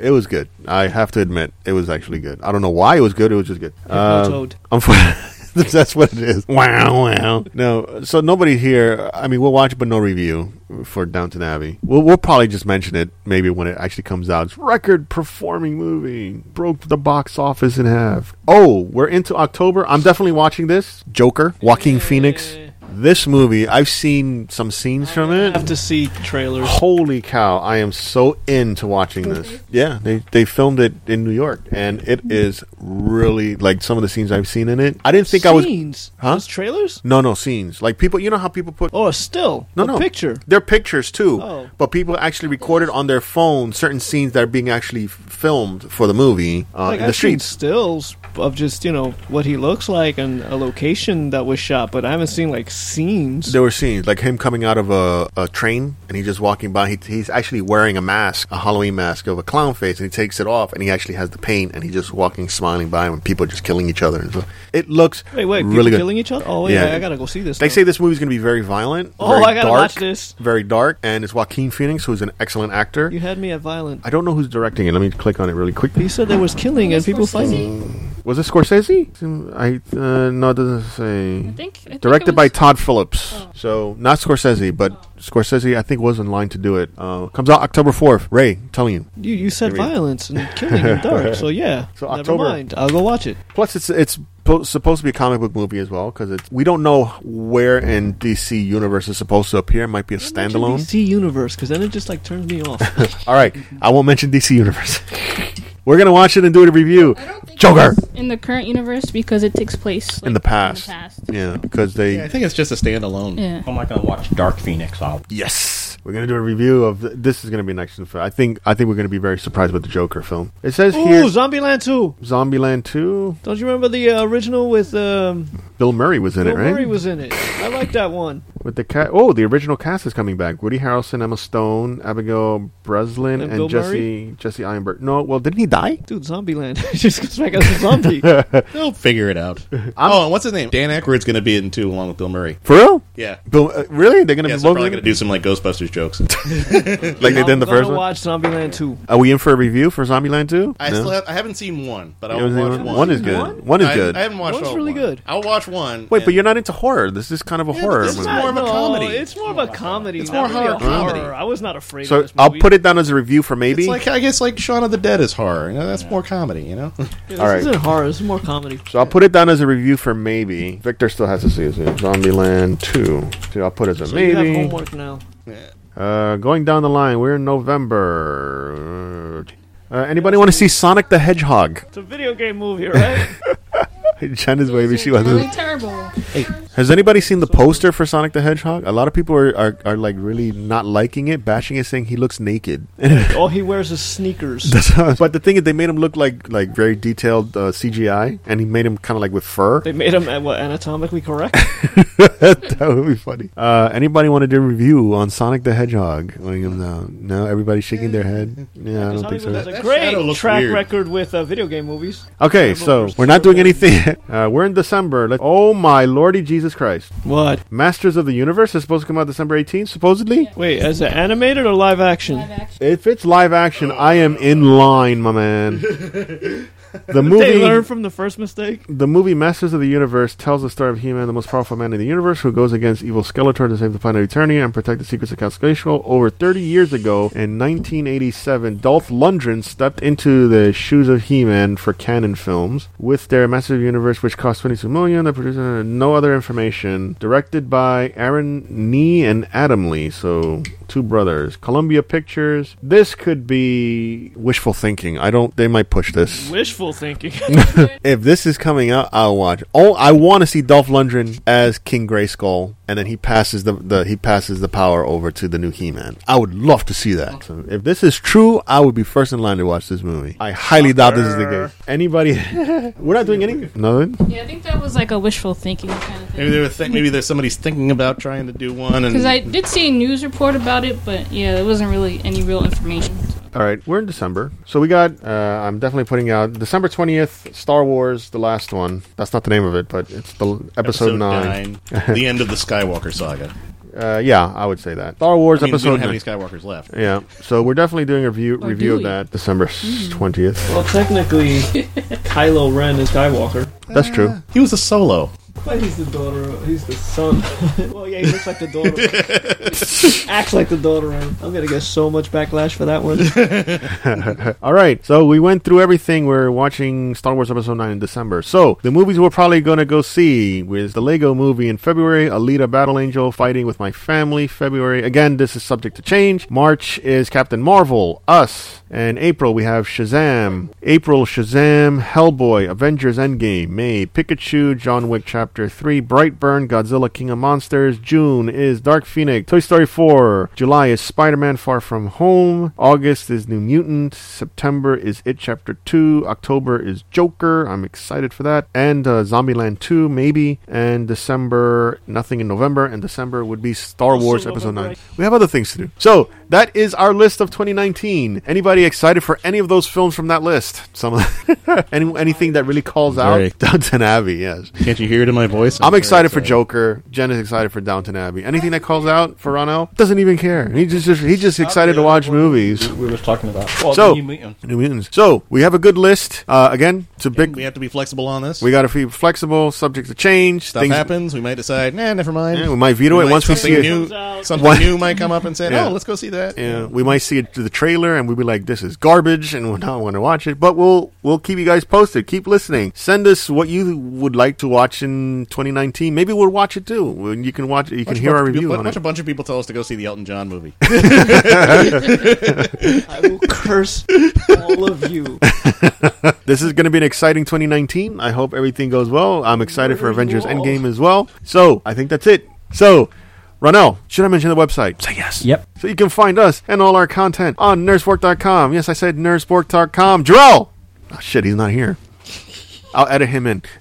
[SPEAKER 2] It was good. I have to admit, it was actually good. I don't know why it was good. It was just good.
[SPEAKER 1] Hypnotoad.
[SPEAKER 2] Unfortunately, that's what it is. Wow, wow. No, so nobody here. I mean, we'll watch, but no review for Downton Abbey. We'll, we'll probably just mention it maybe when it actually comes out. It's record performing movie broke the box office in half. Oh, we're into October. I'm definitely watching this. Joker, Joaquin Phoenix. This movie, I've seen some scenes from
[SPEAKER 1] I
[SPEAKER 2] it.
[SPEAKER 1] have to see trailers.
[SPEAKER 2] Holy cow! I am so into watching this. Yeah, they they filmed it in New York, and
[SPEAKER 1] Mm.
[SPEAKER 2] it is really like some of the scenes I've seen in it. I didn't think I was
[SPEAKER 1] Scenes.
[SPEAKER 2] Huh?
[SPEAKER 1] Just trailers?
[SPEAKER 2] no no scenes like people. You know how people put
[SPEAKER 1] Oh, still
[SPEAKER 2] no
[SPEAKER 1] a
[SPEAKER 2] no
[SPEAKER 1] picture.
[SPEAKER 2] They're pictures too,
[SPEAKER 1] Oh.
[SPEAKER 2] but people actually recorded on their phone certain scenes that are being actually f- filmed for the movie uh,
[SPEAKER 1] like
[SPEAKER 2] in the
[SPEAKER 1] I've seen
[SPEAKER 2] streets.
[SPEAKER 1] stills of just you know what he looks like and a location that was shot, but I haven't seen like scenes.
[SPEAKER 2] There were scenes like him coming out of a, a train and he's just walking by. He, he's actually wearing a mask, a Halloween mask of a clown face, and he takes it off and he actually has the paint and he's just walking, smiling by, and people are just killing each other. And so it looks
[SPEAKER 1] Wait, wait, people
[SPEAKER 2] really good.
[SPEAKER 1] killing each other? Oh, wait,
[SPEAKER 2] Yeah.
[SPEAKER 1] I, I gotta go see this.
[SPEAKER 2] They
[SPEAKER 1] now.
[SPEAKER 2] say this movie's going to be very violent.
[SPEAKER 1] Oh,
[SPEAKER 2] very
[SPEAKER 1] I gotta
[SPEAKER 2] dark,
[SPEAKER 1] watch this.
[SPEAKER 2] Very dark, and it's Joaquin Phoenix, who's an excellent actor.
[SPEAKER 1] you had me at violent.
[SPEAKER 2] I don't know who's directing it. Let me click on it really quickly.
[SPEAKER 1] He said there was killing and people fighting.
[SPEAKER 2] Was it Scorsese? I uh, no, it doesn't say.
[SPEAKER 3] I think, I think
[SPEAKER 2] Directed
[SPEAKER 3] it
[SPEAKER 2] by
[SPEAKER 3] was- Oh.
[SPEAKER 2] Todd Phillips. So not Scorsese, but Scorsese I think was in line to do it. Uh, comes out October fourth. Ray, I'm telling you.
[SPEAKER 1] You you said
[SPEAKER 2] Give me-
[SPEAKER 1] violence and killing and dark. So yeah,
[SPEAKER 2] So
[SPEAKER 1] never
[SPEAKER 2] October.
[SPEAKER 1] mind. I'll go watch it.
[SPEAKER 2] Plus, it's it's po- supposed to be a comic book movie as well because it's we don't know where in DC universe it's supposed to appear. It might be a standalone.
[SPEAKER 1] DC universe, because then it just like turns me off.
[SPEAKER 2] All right, I won't mention DC universe. We're gonna watch it and do a review.
[SPEAKER 3] I don't think
[SPEAKER 2] Joker
[SPEAKER 3] it's in the current universe because it takes place like,
[SPEAKER 2] in the past.
[SPEAKER 3] past.
[SPEAKER 2] Yeah, because they
[SPEAKER 4] Yeah, I think it's just a standalone.
[SPEAKER 3] Yeah.
[SPEAKER 5] I'm not gonna watch Dark Phoenix. I'll
[SPEAKER 2] yes. Yes, we're gonna do a review of this. Is gonna be an action film. I think. I think we're gonna be very surprised with the Joker film. It says
[SPEAKER 1] Ooh,
[SPEAKER 2] here,
[SPEAKER 1] Zombieland 2.
[SPEAKER 2] Zombieland Two.
[SPEAKER 1] Don't you remember the uh, original with um,
[SPEAKER 2] Bill Murray was in
[SPEAKER 1] Bill
[SPEAKER 2] it, right?
[SPEAKER 1] Murray was in it? I like that one.
[SPEAKER 2] with the cat. Oh, the original cast is coming back. Woody Harrelson, Emma Stone, Abigail Breslin,
[SPEAKER 1] And
[SPEAKER 2] and,
[SPEAKER 1] Bill
[SPEAKER 2] Jesse
[SPEAKER 1] Murray?
[SPEAKER 2] Jesse Eisenberg. No, well, didn't he die?
[SPEAKER 1] Dude, Zombieland just comes back as a zombie.
[SPEAKER 4] They'll figure it out. oh, and what's his name? Dan Aykroyd's going to be in two along with Bill Murray.
[SPEAKER 2] For real?
[SPEAKER 4] Yeah.
[SPEAKER 2] Bill, uh, really? They're gonna
[SPEAKER 4] Yeah,
[SPEAKER 2] be
[SPEAKER 4] so
[SPEAKER 2] both
[SPEAKER 4] probably going to do some like Ghostbusters jokes.
[SPEAKER 2] like they did in the
[SPEAKER 1] I'm gonna
[SPEAKER 2] first one.
[SPEAKER 1] watch Zombieland 2.
[SPEAKER 2] Are we in for a review for Zombieland Two?
[SPEAKER 4] I still have, I haven't seen one, but
[SPEAKER 2] You
[SPEAKER 4] I'll watch
[SPEAKER 2] haven't
[SPEAKER 4] one.
[SPEAKER 2] seen one? One is good.
[SPEAKER 1] One?
[SPEAKER 2] One is
[SPEAKER 4] I,
[SPEAKER 2] good.
[SPEAKER 4] I haven't watched
[SPEAKER 1] One's
[SPEAKER 4] all
[SPEAKER 1] really
[SPEAKER 4] one.
[SPEAKER 1] good.
[SPEAKER 4] I'll watch one.
[SPEAKER 2] Wait, but
[SPEAKER 4] and-
[SPEAKER 2] you're not into horror. This is kind of a
[SPEAKER 4] Yeah, but
[SPEAKER 2] horror
[SPEAKER 4] this is
[SPEAKER 2] movie.
[SPEAKER 4] more of a
[SPEAKER 1] No,
[SPEAKER 4] comedy.
[SPEAKER 1] It's more of a comedy. It's
[SPEAKER 4] more
[SPEAKER 1] more really a
[SPEAKER 4] horror comedy.
[SPEAKER 1] horror. I was not afraid of
[SPEAKER 2] So
[SPEAKER 1] this movie.
[SPEAKER 2] I'll put it down as a review for maybe.
[SPEAKER 4] It's like I guess like Shaun of the Dead is horror. You know, that's more comedy. You know,
[SPEAKER 1] Yeah, this
[SPEAKER 2] all right.
[SPEAKER 1] isn't horror. This is more comedy.
[SPEAKER 2] so I'll put it down as a review for maybe. Victor still has to see it. so Zombieland Two. So I'll put it as a
[SPEAKER 1] So you have
[SPEAKER 2] maybe.
[SPEAKER 1] homework now.
[SPEAKER 2] Uh, going down the line, we're in November. Uh, anybody want to see Sonic the Hedgehog?
[SPEAKER 1] It's a video game movie, right?
[SPEAKER 2] Jenna's wavy. She
[SPEAKER 3] Really
[SPEAKER 2] wasn't.
[SPEAKER 3] terrible.
[SPEAKER 2] Has anybody seen the poster for Sonic the Hedgehog? A lot of people are, are, are like really not liking it, bashing it, saying he looks naked. uh,
[SPEAKER 1] All he wears is sneakers.
[SPEAKER 2] but the thing is, they made him look like like very detailed uh, CGI, and he made him kind of like with fur.
[SPEAKER 1] They made him uh, what, anatomically correct.
[SPEAKER 2] that would be funny. Uh, anybody want to do a review on Sonic the Hedgehog? Letting him down. No, everybody's shaking their head. Yeah, I don't
[SPEAKER 1] Hollywood
[SPEAKER 2] think so.
[SPEAKER 1] has a
[SPEAKER 4] That shadow
[SPEAKER 1] great
[SPEAKER 4] looks
[SPEAKER 1] track
[SPEAKER 4] weird.
[SPEAKER 1] record with uh, video game movies.
[SPEAKER 2] Okay, so we're not doing anything. Uh, we're in December. Let- oh my lordy Jesus Christ!
[SPEAKER 1] What?
[SPEAKER 2] Masters of the Universe is supposed to come out December 18th, supposedly.
[SPEAKER 1] Wait, as an animated or live action?
[SPEAKER 3] Live action.
[SPEAKER 2] If it's live action, I am in line, my man. The
[SPEAKER 1] They learn
[SPEAKER 2] movie,
[SPEAKER 1] from the first mistake.
[SPEAKER 2] the movie Masters of the Universe tells the story of He-Man, the most powerful man in the universe, who goes against evil Skeletor to save the planet Eternia and protect the secrets of Cascadation. Over 30 years ago, in 1987, Dolph Lundgren stepped into the shoes of He-Man for Canon Films with their Masters of the Universe, which cost 22 million. The producer, no other information. Directed by Aaron Nee and Adam Lee, so two brothers. Columbia Pictures. This could be wishful thinking. I don't. They might push this.
[SPEAKER 1] Wishful thinking.
[SPEAKER 2] If this is coming out, I'll watch. Oh, I want to see Dolph Lundgren as King Grayskull, and then he passes the, the he passes the power over to the new He-Man. I would love to see that. So if this is true, I would be first in line to watch this movie. I highly doubt this is the case. Anybody? We're not doing anything. Nothing.
[SPEAKER 3] Yeah, I think that was like a wishful thinking kind of thing.
[SPEAKER 4] maybe they were think maybe there's somebody's thinking about trying to do one. And
[SPEAKER 3] Because I did see a news report about it, but yeah, there wasn't really any real information. so.
[SPEAKER 2] All right, we're in December, so we got. Uh, I'm definitely putting out December twentieth, Star Wars, the last one. That's not the name of it, but it's the episode,
[SPEAKER 4] episode
[SPEAKER 2] nine.
[SPEAKER 4] nine, the end of the Skywalker saga.
[SPEAKER 2] Uh, yeah, I would say that Star Wars
[SPEAKER 4] I mean, we
[SPEAKER 2] episode
[SPEAKER 4] don't have
[SPEAKER 2] nine.
[SPEAKER 4] any Skywalkers left.
[SPEAKER 2] Yeah, so we're definitely doing a review
[SPEAKER 3] Or
[SPEAKER 2] review
[SPEAKER 3] Oh, do
[SPEAKER 2] of
[SPEAKER 3] we? Hmm.
[SPEAKER 2] that December twentieth.
[SPEAKER 1] well, technically, Kylo Ren is Skywalker.
[SPEAKER 3] Oh,
[SPEAKER 2] That's true.
[SPEAKER 4] He was a solo.
[SPEAKER 1] But he's the daughter. Of, he's the son. well, yeah, he looks like the daughter. Acts like the daughter. Of. I'm gonna get so much backlash for that one.
[SPEAKER 2] All right, so we went through everything. We're watching Star Wars Episode Nine in December. So the movies we're probably gonna go see is the Lego Movie in February, Alita: Battle Angel, Fighting with My Family, February. Again, this is subject to change. March is Captain Marvel, Us, and April we have Shazam. April Shazam, Hellboy, Avengers Endgame. May Pikachu, John Wick Chapter Three, Brightburn, Godzilla, King of Monsters. June is Dark Phoenix, Toy Story 4. July is Spider Man Far From Home. August is New Mutant. September is It Chapter 2. October is Joker. I'm excited for that. And uh, Zombieland 2, maybe. And December, nothing in November. And December would be Star
[SPEAKER 1] Also
[SPEAKER 2] Wars Episode
[SPEAKER 1] November,
[SPEAKER 2] 9. We have other things to do. So that is our list of 2019. Anybody excited for any of those films from that list? Some of any, anything that really calls
[SPEAKER 4] Very.
[SPEAKER 2] out Downton Abbey, yes.
[SPEAKER 4] Can't you hear it in my voice?
[SPEAKER 2] I'm
[SPEAKER 4] very
[SPEAKER 2] excited for Joker. Jen is excited for Downton Abbey. Anything that calls out for Ronell doesn't even care. He just, just he's just excited to watch movies.
[SPEAKER 5] We were talking about. Well,
[SPEAKER 2] So-
[SPEAKER 5] the New Mutants.
[SPEAKER 2] New Mutants. So we have a good list. Uh, again, it's a big.
[SPEAKER 4] We have to be flexible on this.
[SPEAKER 2] We got to be flexible, subject to change.
[SPEAKER 4] Stuff happens. We might decide. Nah, never mind.
[SPEAKER 2] Yeah, we might veto
[SPEAKER 4] We
[SPEAKER 2] it
[SPEAKER 4] might-
[SPEAKER 2] once we see
[SPEAKER 4] something
[SPEAKER 2] it.
[SPEAKER 1] Comes
[SPEAKER 4] new.
[SPEAKER 1] out.
[SPEAKER 4] Something
[SPEAKER 2] What?
[SPEAKER 4] new might come up and say,
[SPEAKER 2] Yeah.
[SPEAKER 4] "Oh, let's go see that."
[SPEAKER 2] Yeah, we might see it through the trailer and we'll be like, "This is garbage," and we'll not want to watch it. But we'll we'll keep you guys posted. Keep listening. Send us what you would like to watch in 2019. Maybe we'll watch it too. Well, You can watch. You can
[SPEAKER 4] Watch a
[SPEAKER 2] hear
[SPEAKER 4] bunch
[SPEAKER 2] our
[SPEAKER 4] of people-
[SPEAKER 2] review on
[SPEAKER 4] watch
[SPEAKER 2] it.
[SPEAKER 4] a bunch of people tell us to go see the Elton John movie.
[SPEAKER 1] I will curse all of you.
[SPEAKER 2] This is going to be an exciting 2019. I hope everything goes well. I'm excited for
[SPEAKER 1] Very
[SPEAKER 2] Avengers
[SPEAKER 1] cool.
[SPEAKER 2] Endgame as well. So I think that's it. So Ronell, should I mention the website? Say yes.
[SPEAKER 6] Yep.
[SPEAKER 2] So you can find us and all our content on nurseborg.com. Yes, I said nurseborg.com. Jarrell! Oh, shit, he's not here. I'll edit him in.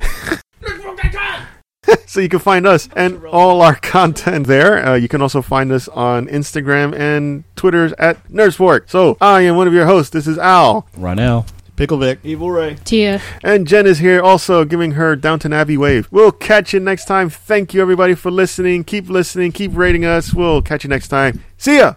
[SPEAKER 2] so you can find us and all our content there. Uh, you can also find us on Instagram and Twitter at Nurseborg. So I am one of your hosts. This is Al.
[SPEAKER 6] Ronell.
[SPEAKER 4] Pickle Vic.
[SPEAKER 1] Evil Ray.
[SPEAKER 8] Tia.
[SPEAKER 2] And Jen is here also giving her Downton Abbey wave. We'll catch you next time. Thank you, everybody, for listening. Keep listening. Keep rating us. We'll catch you next time. See ya!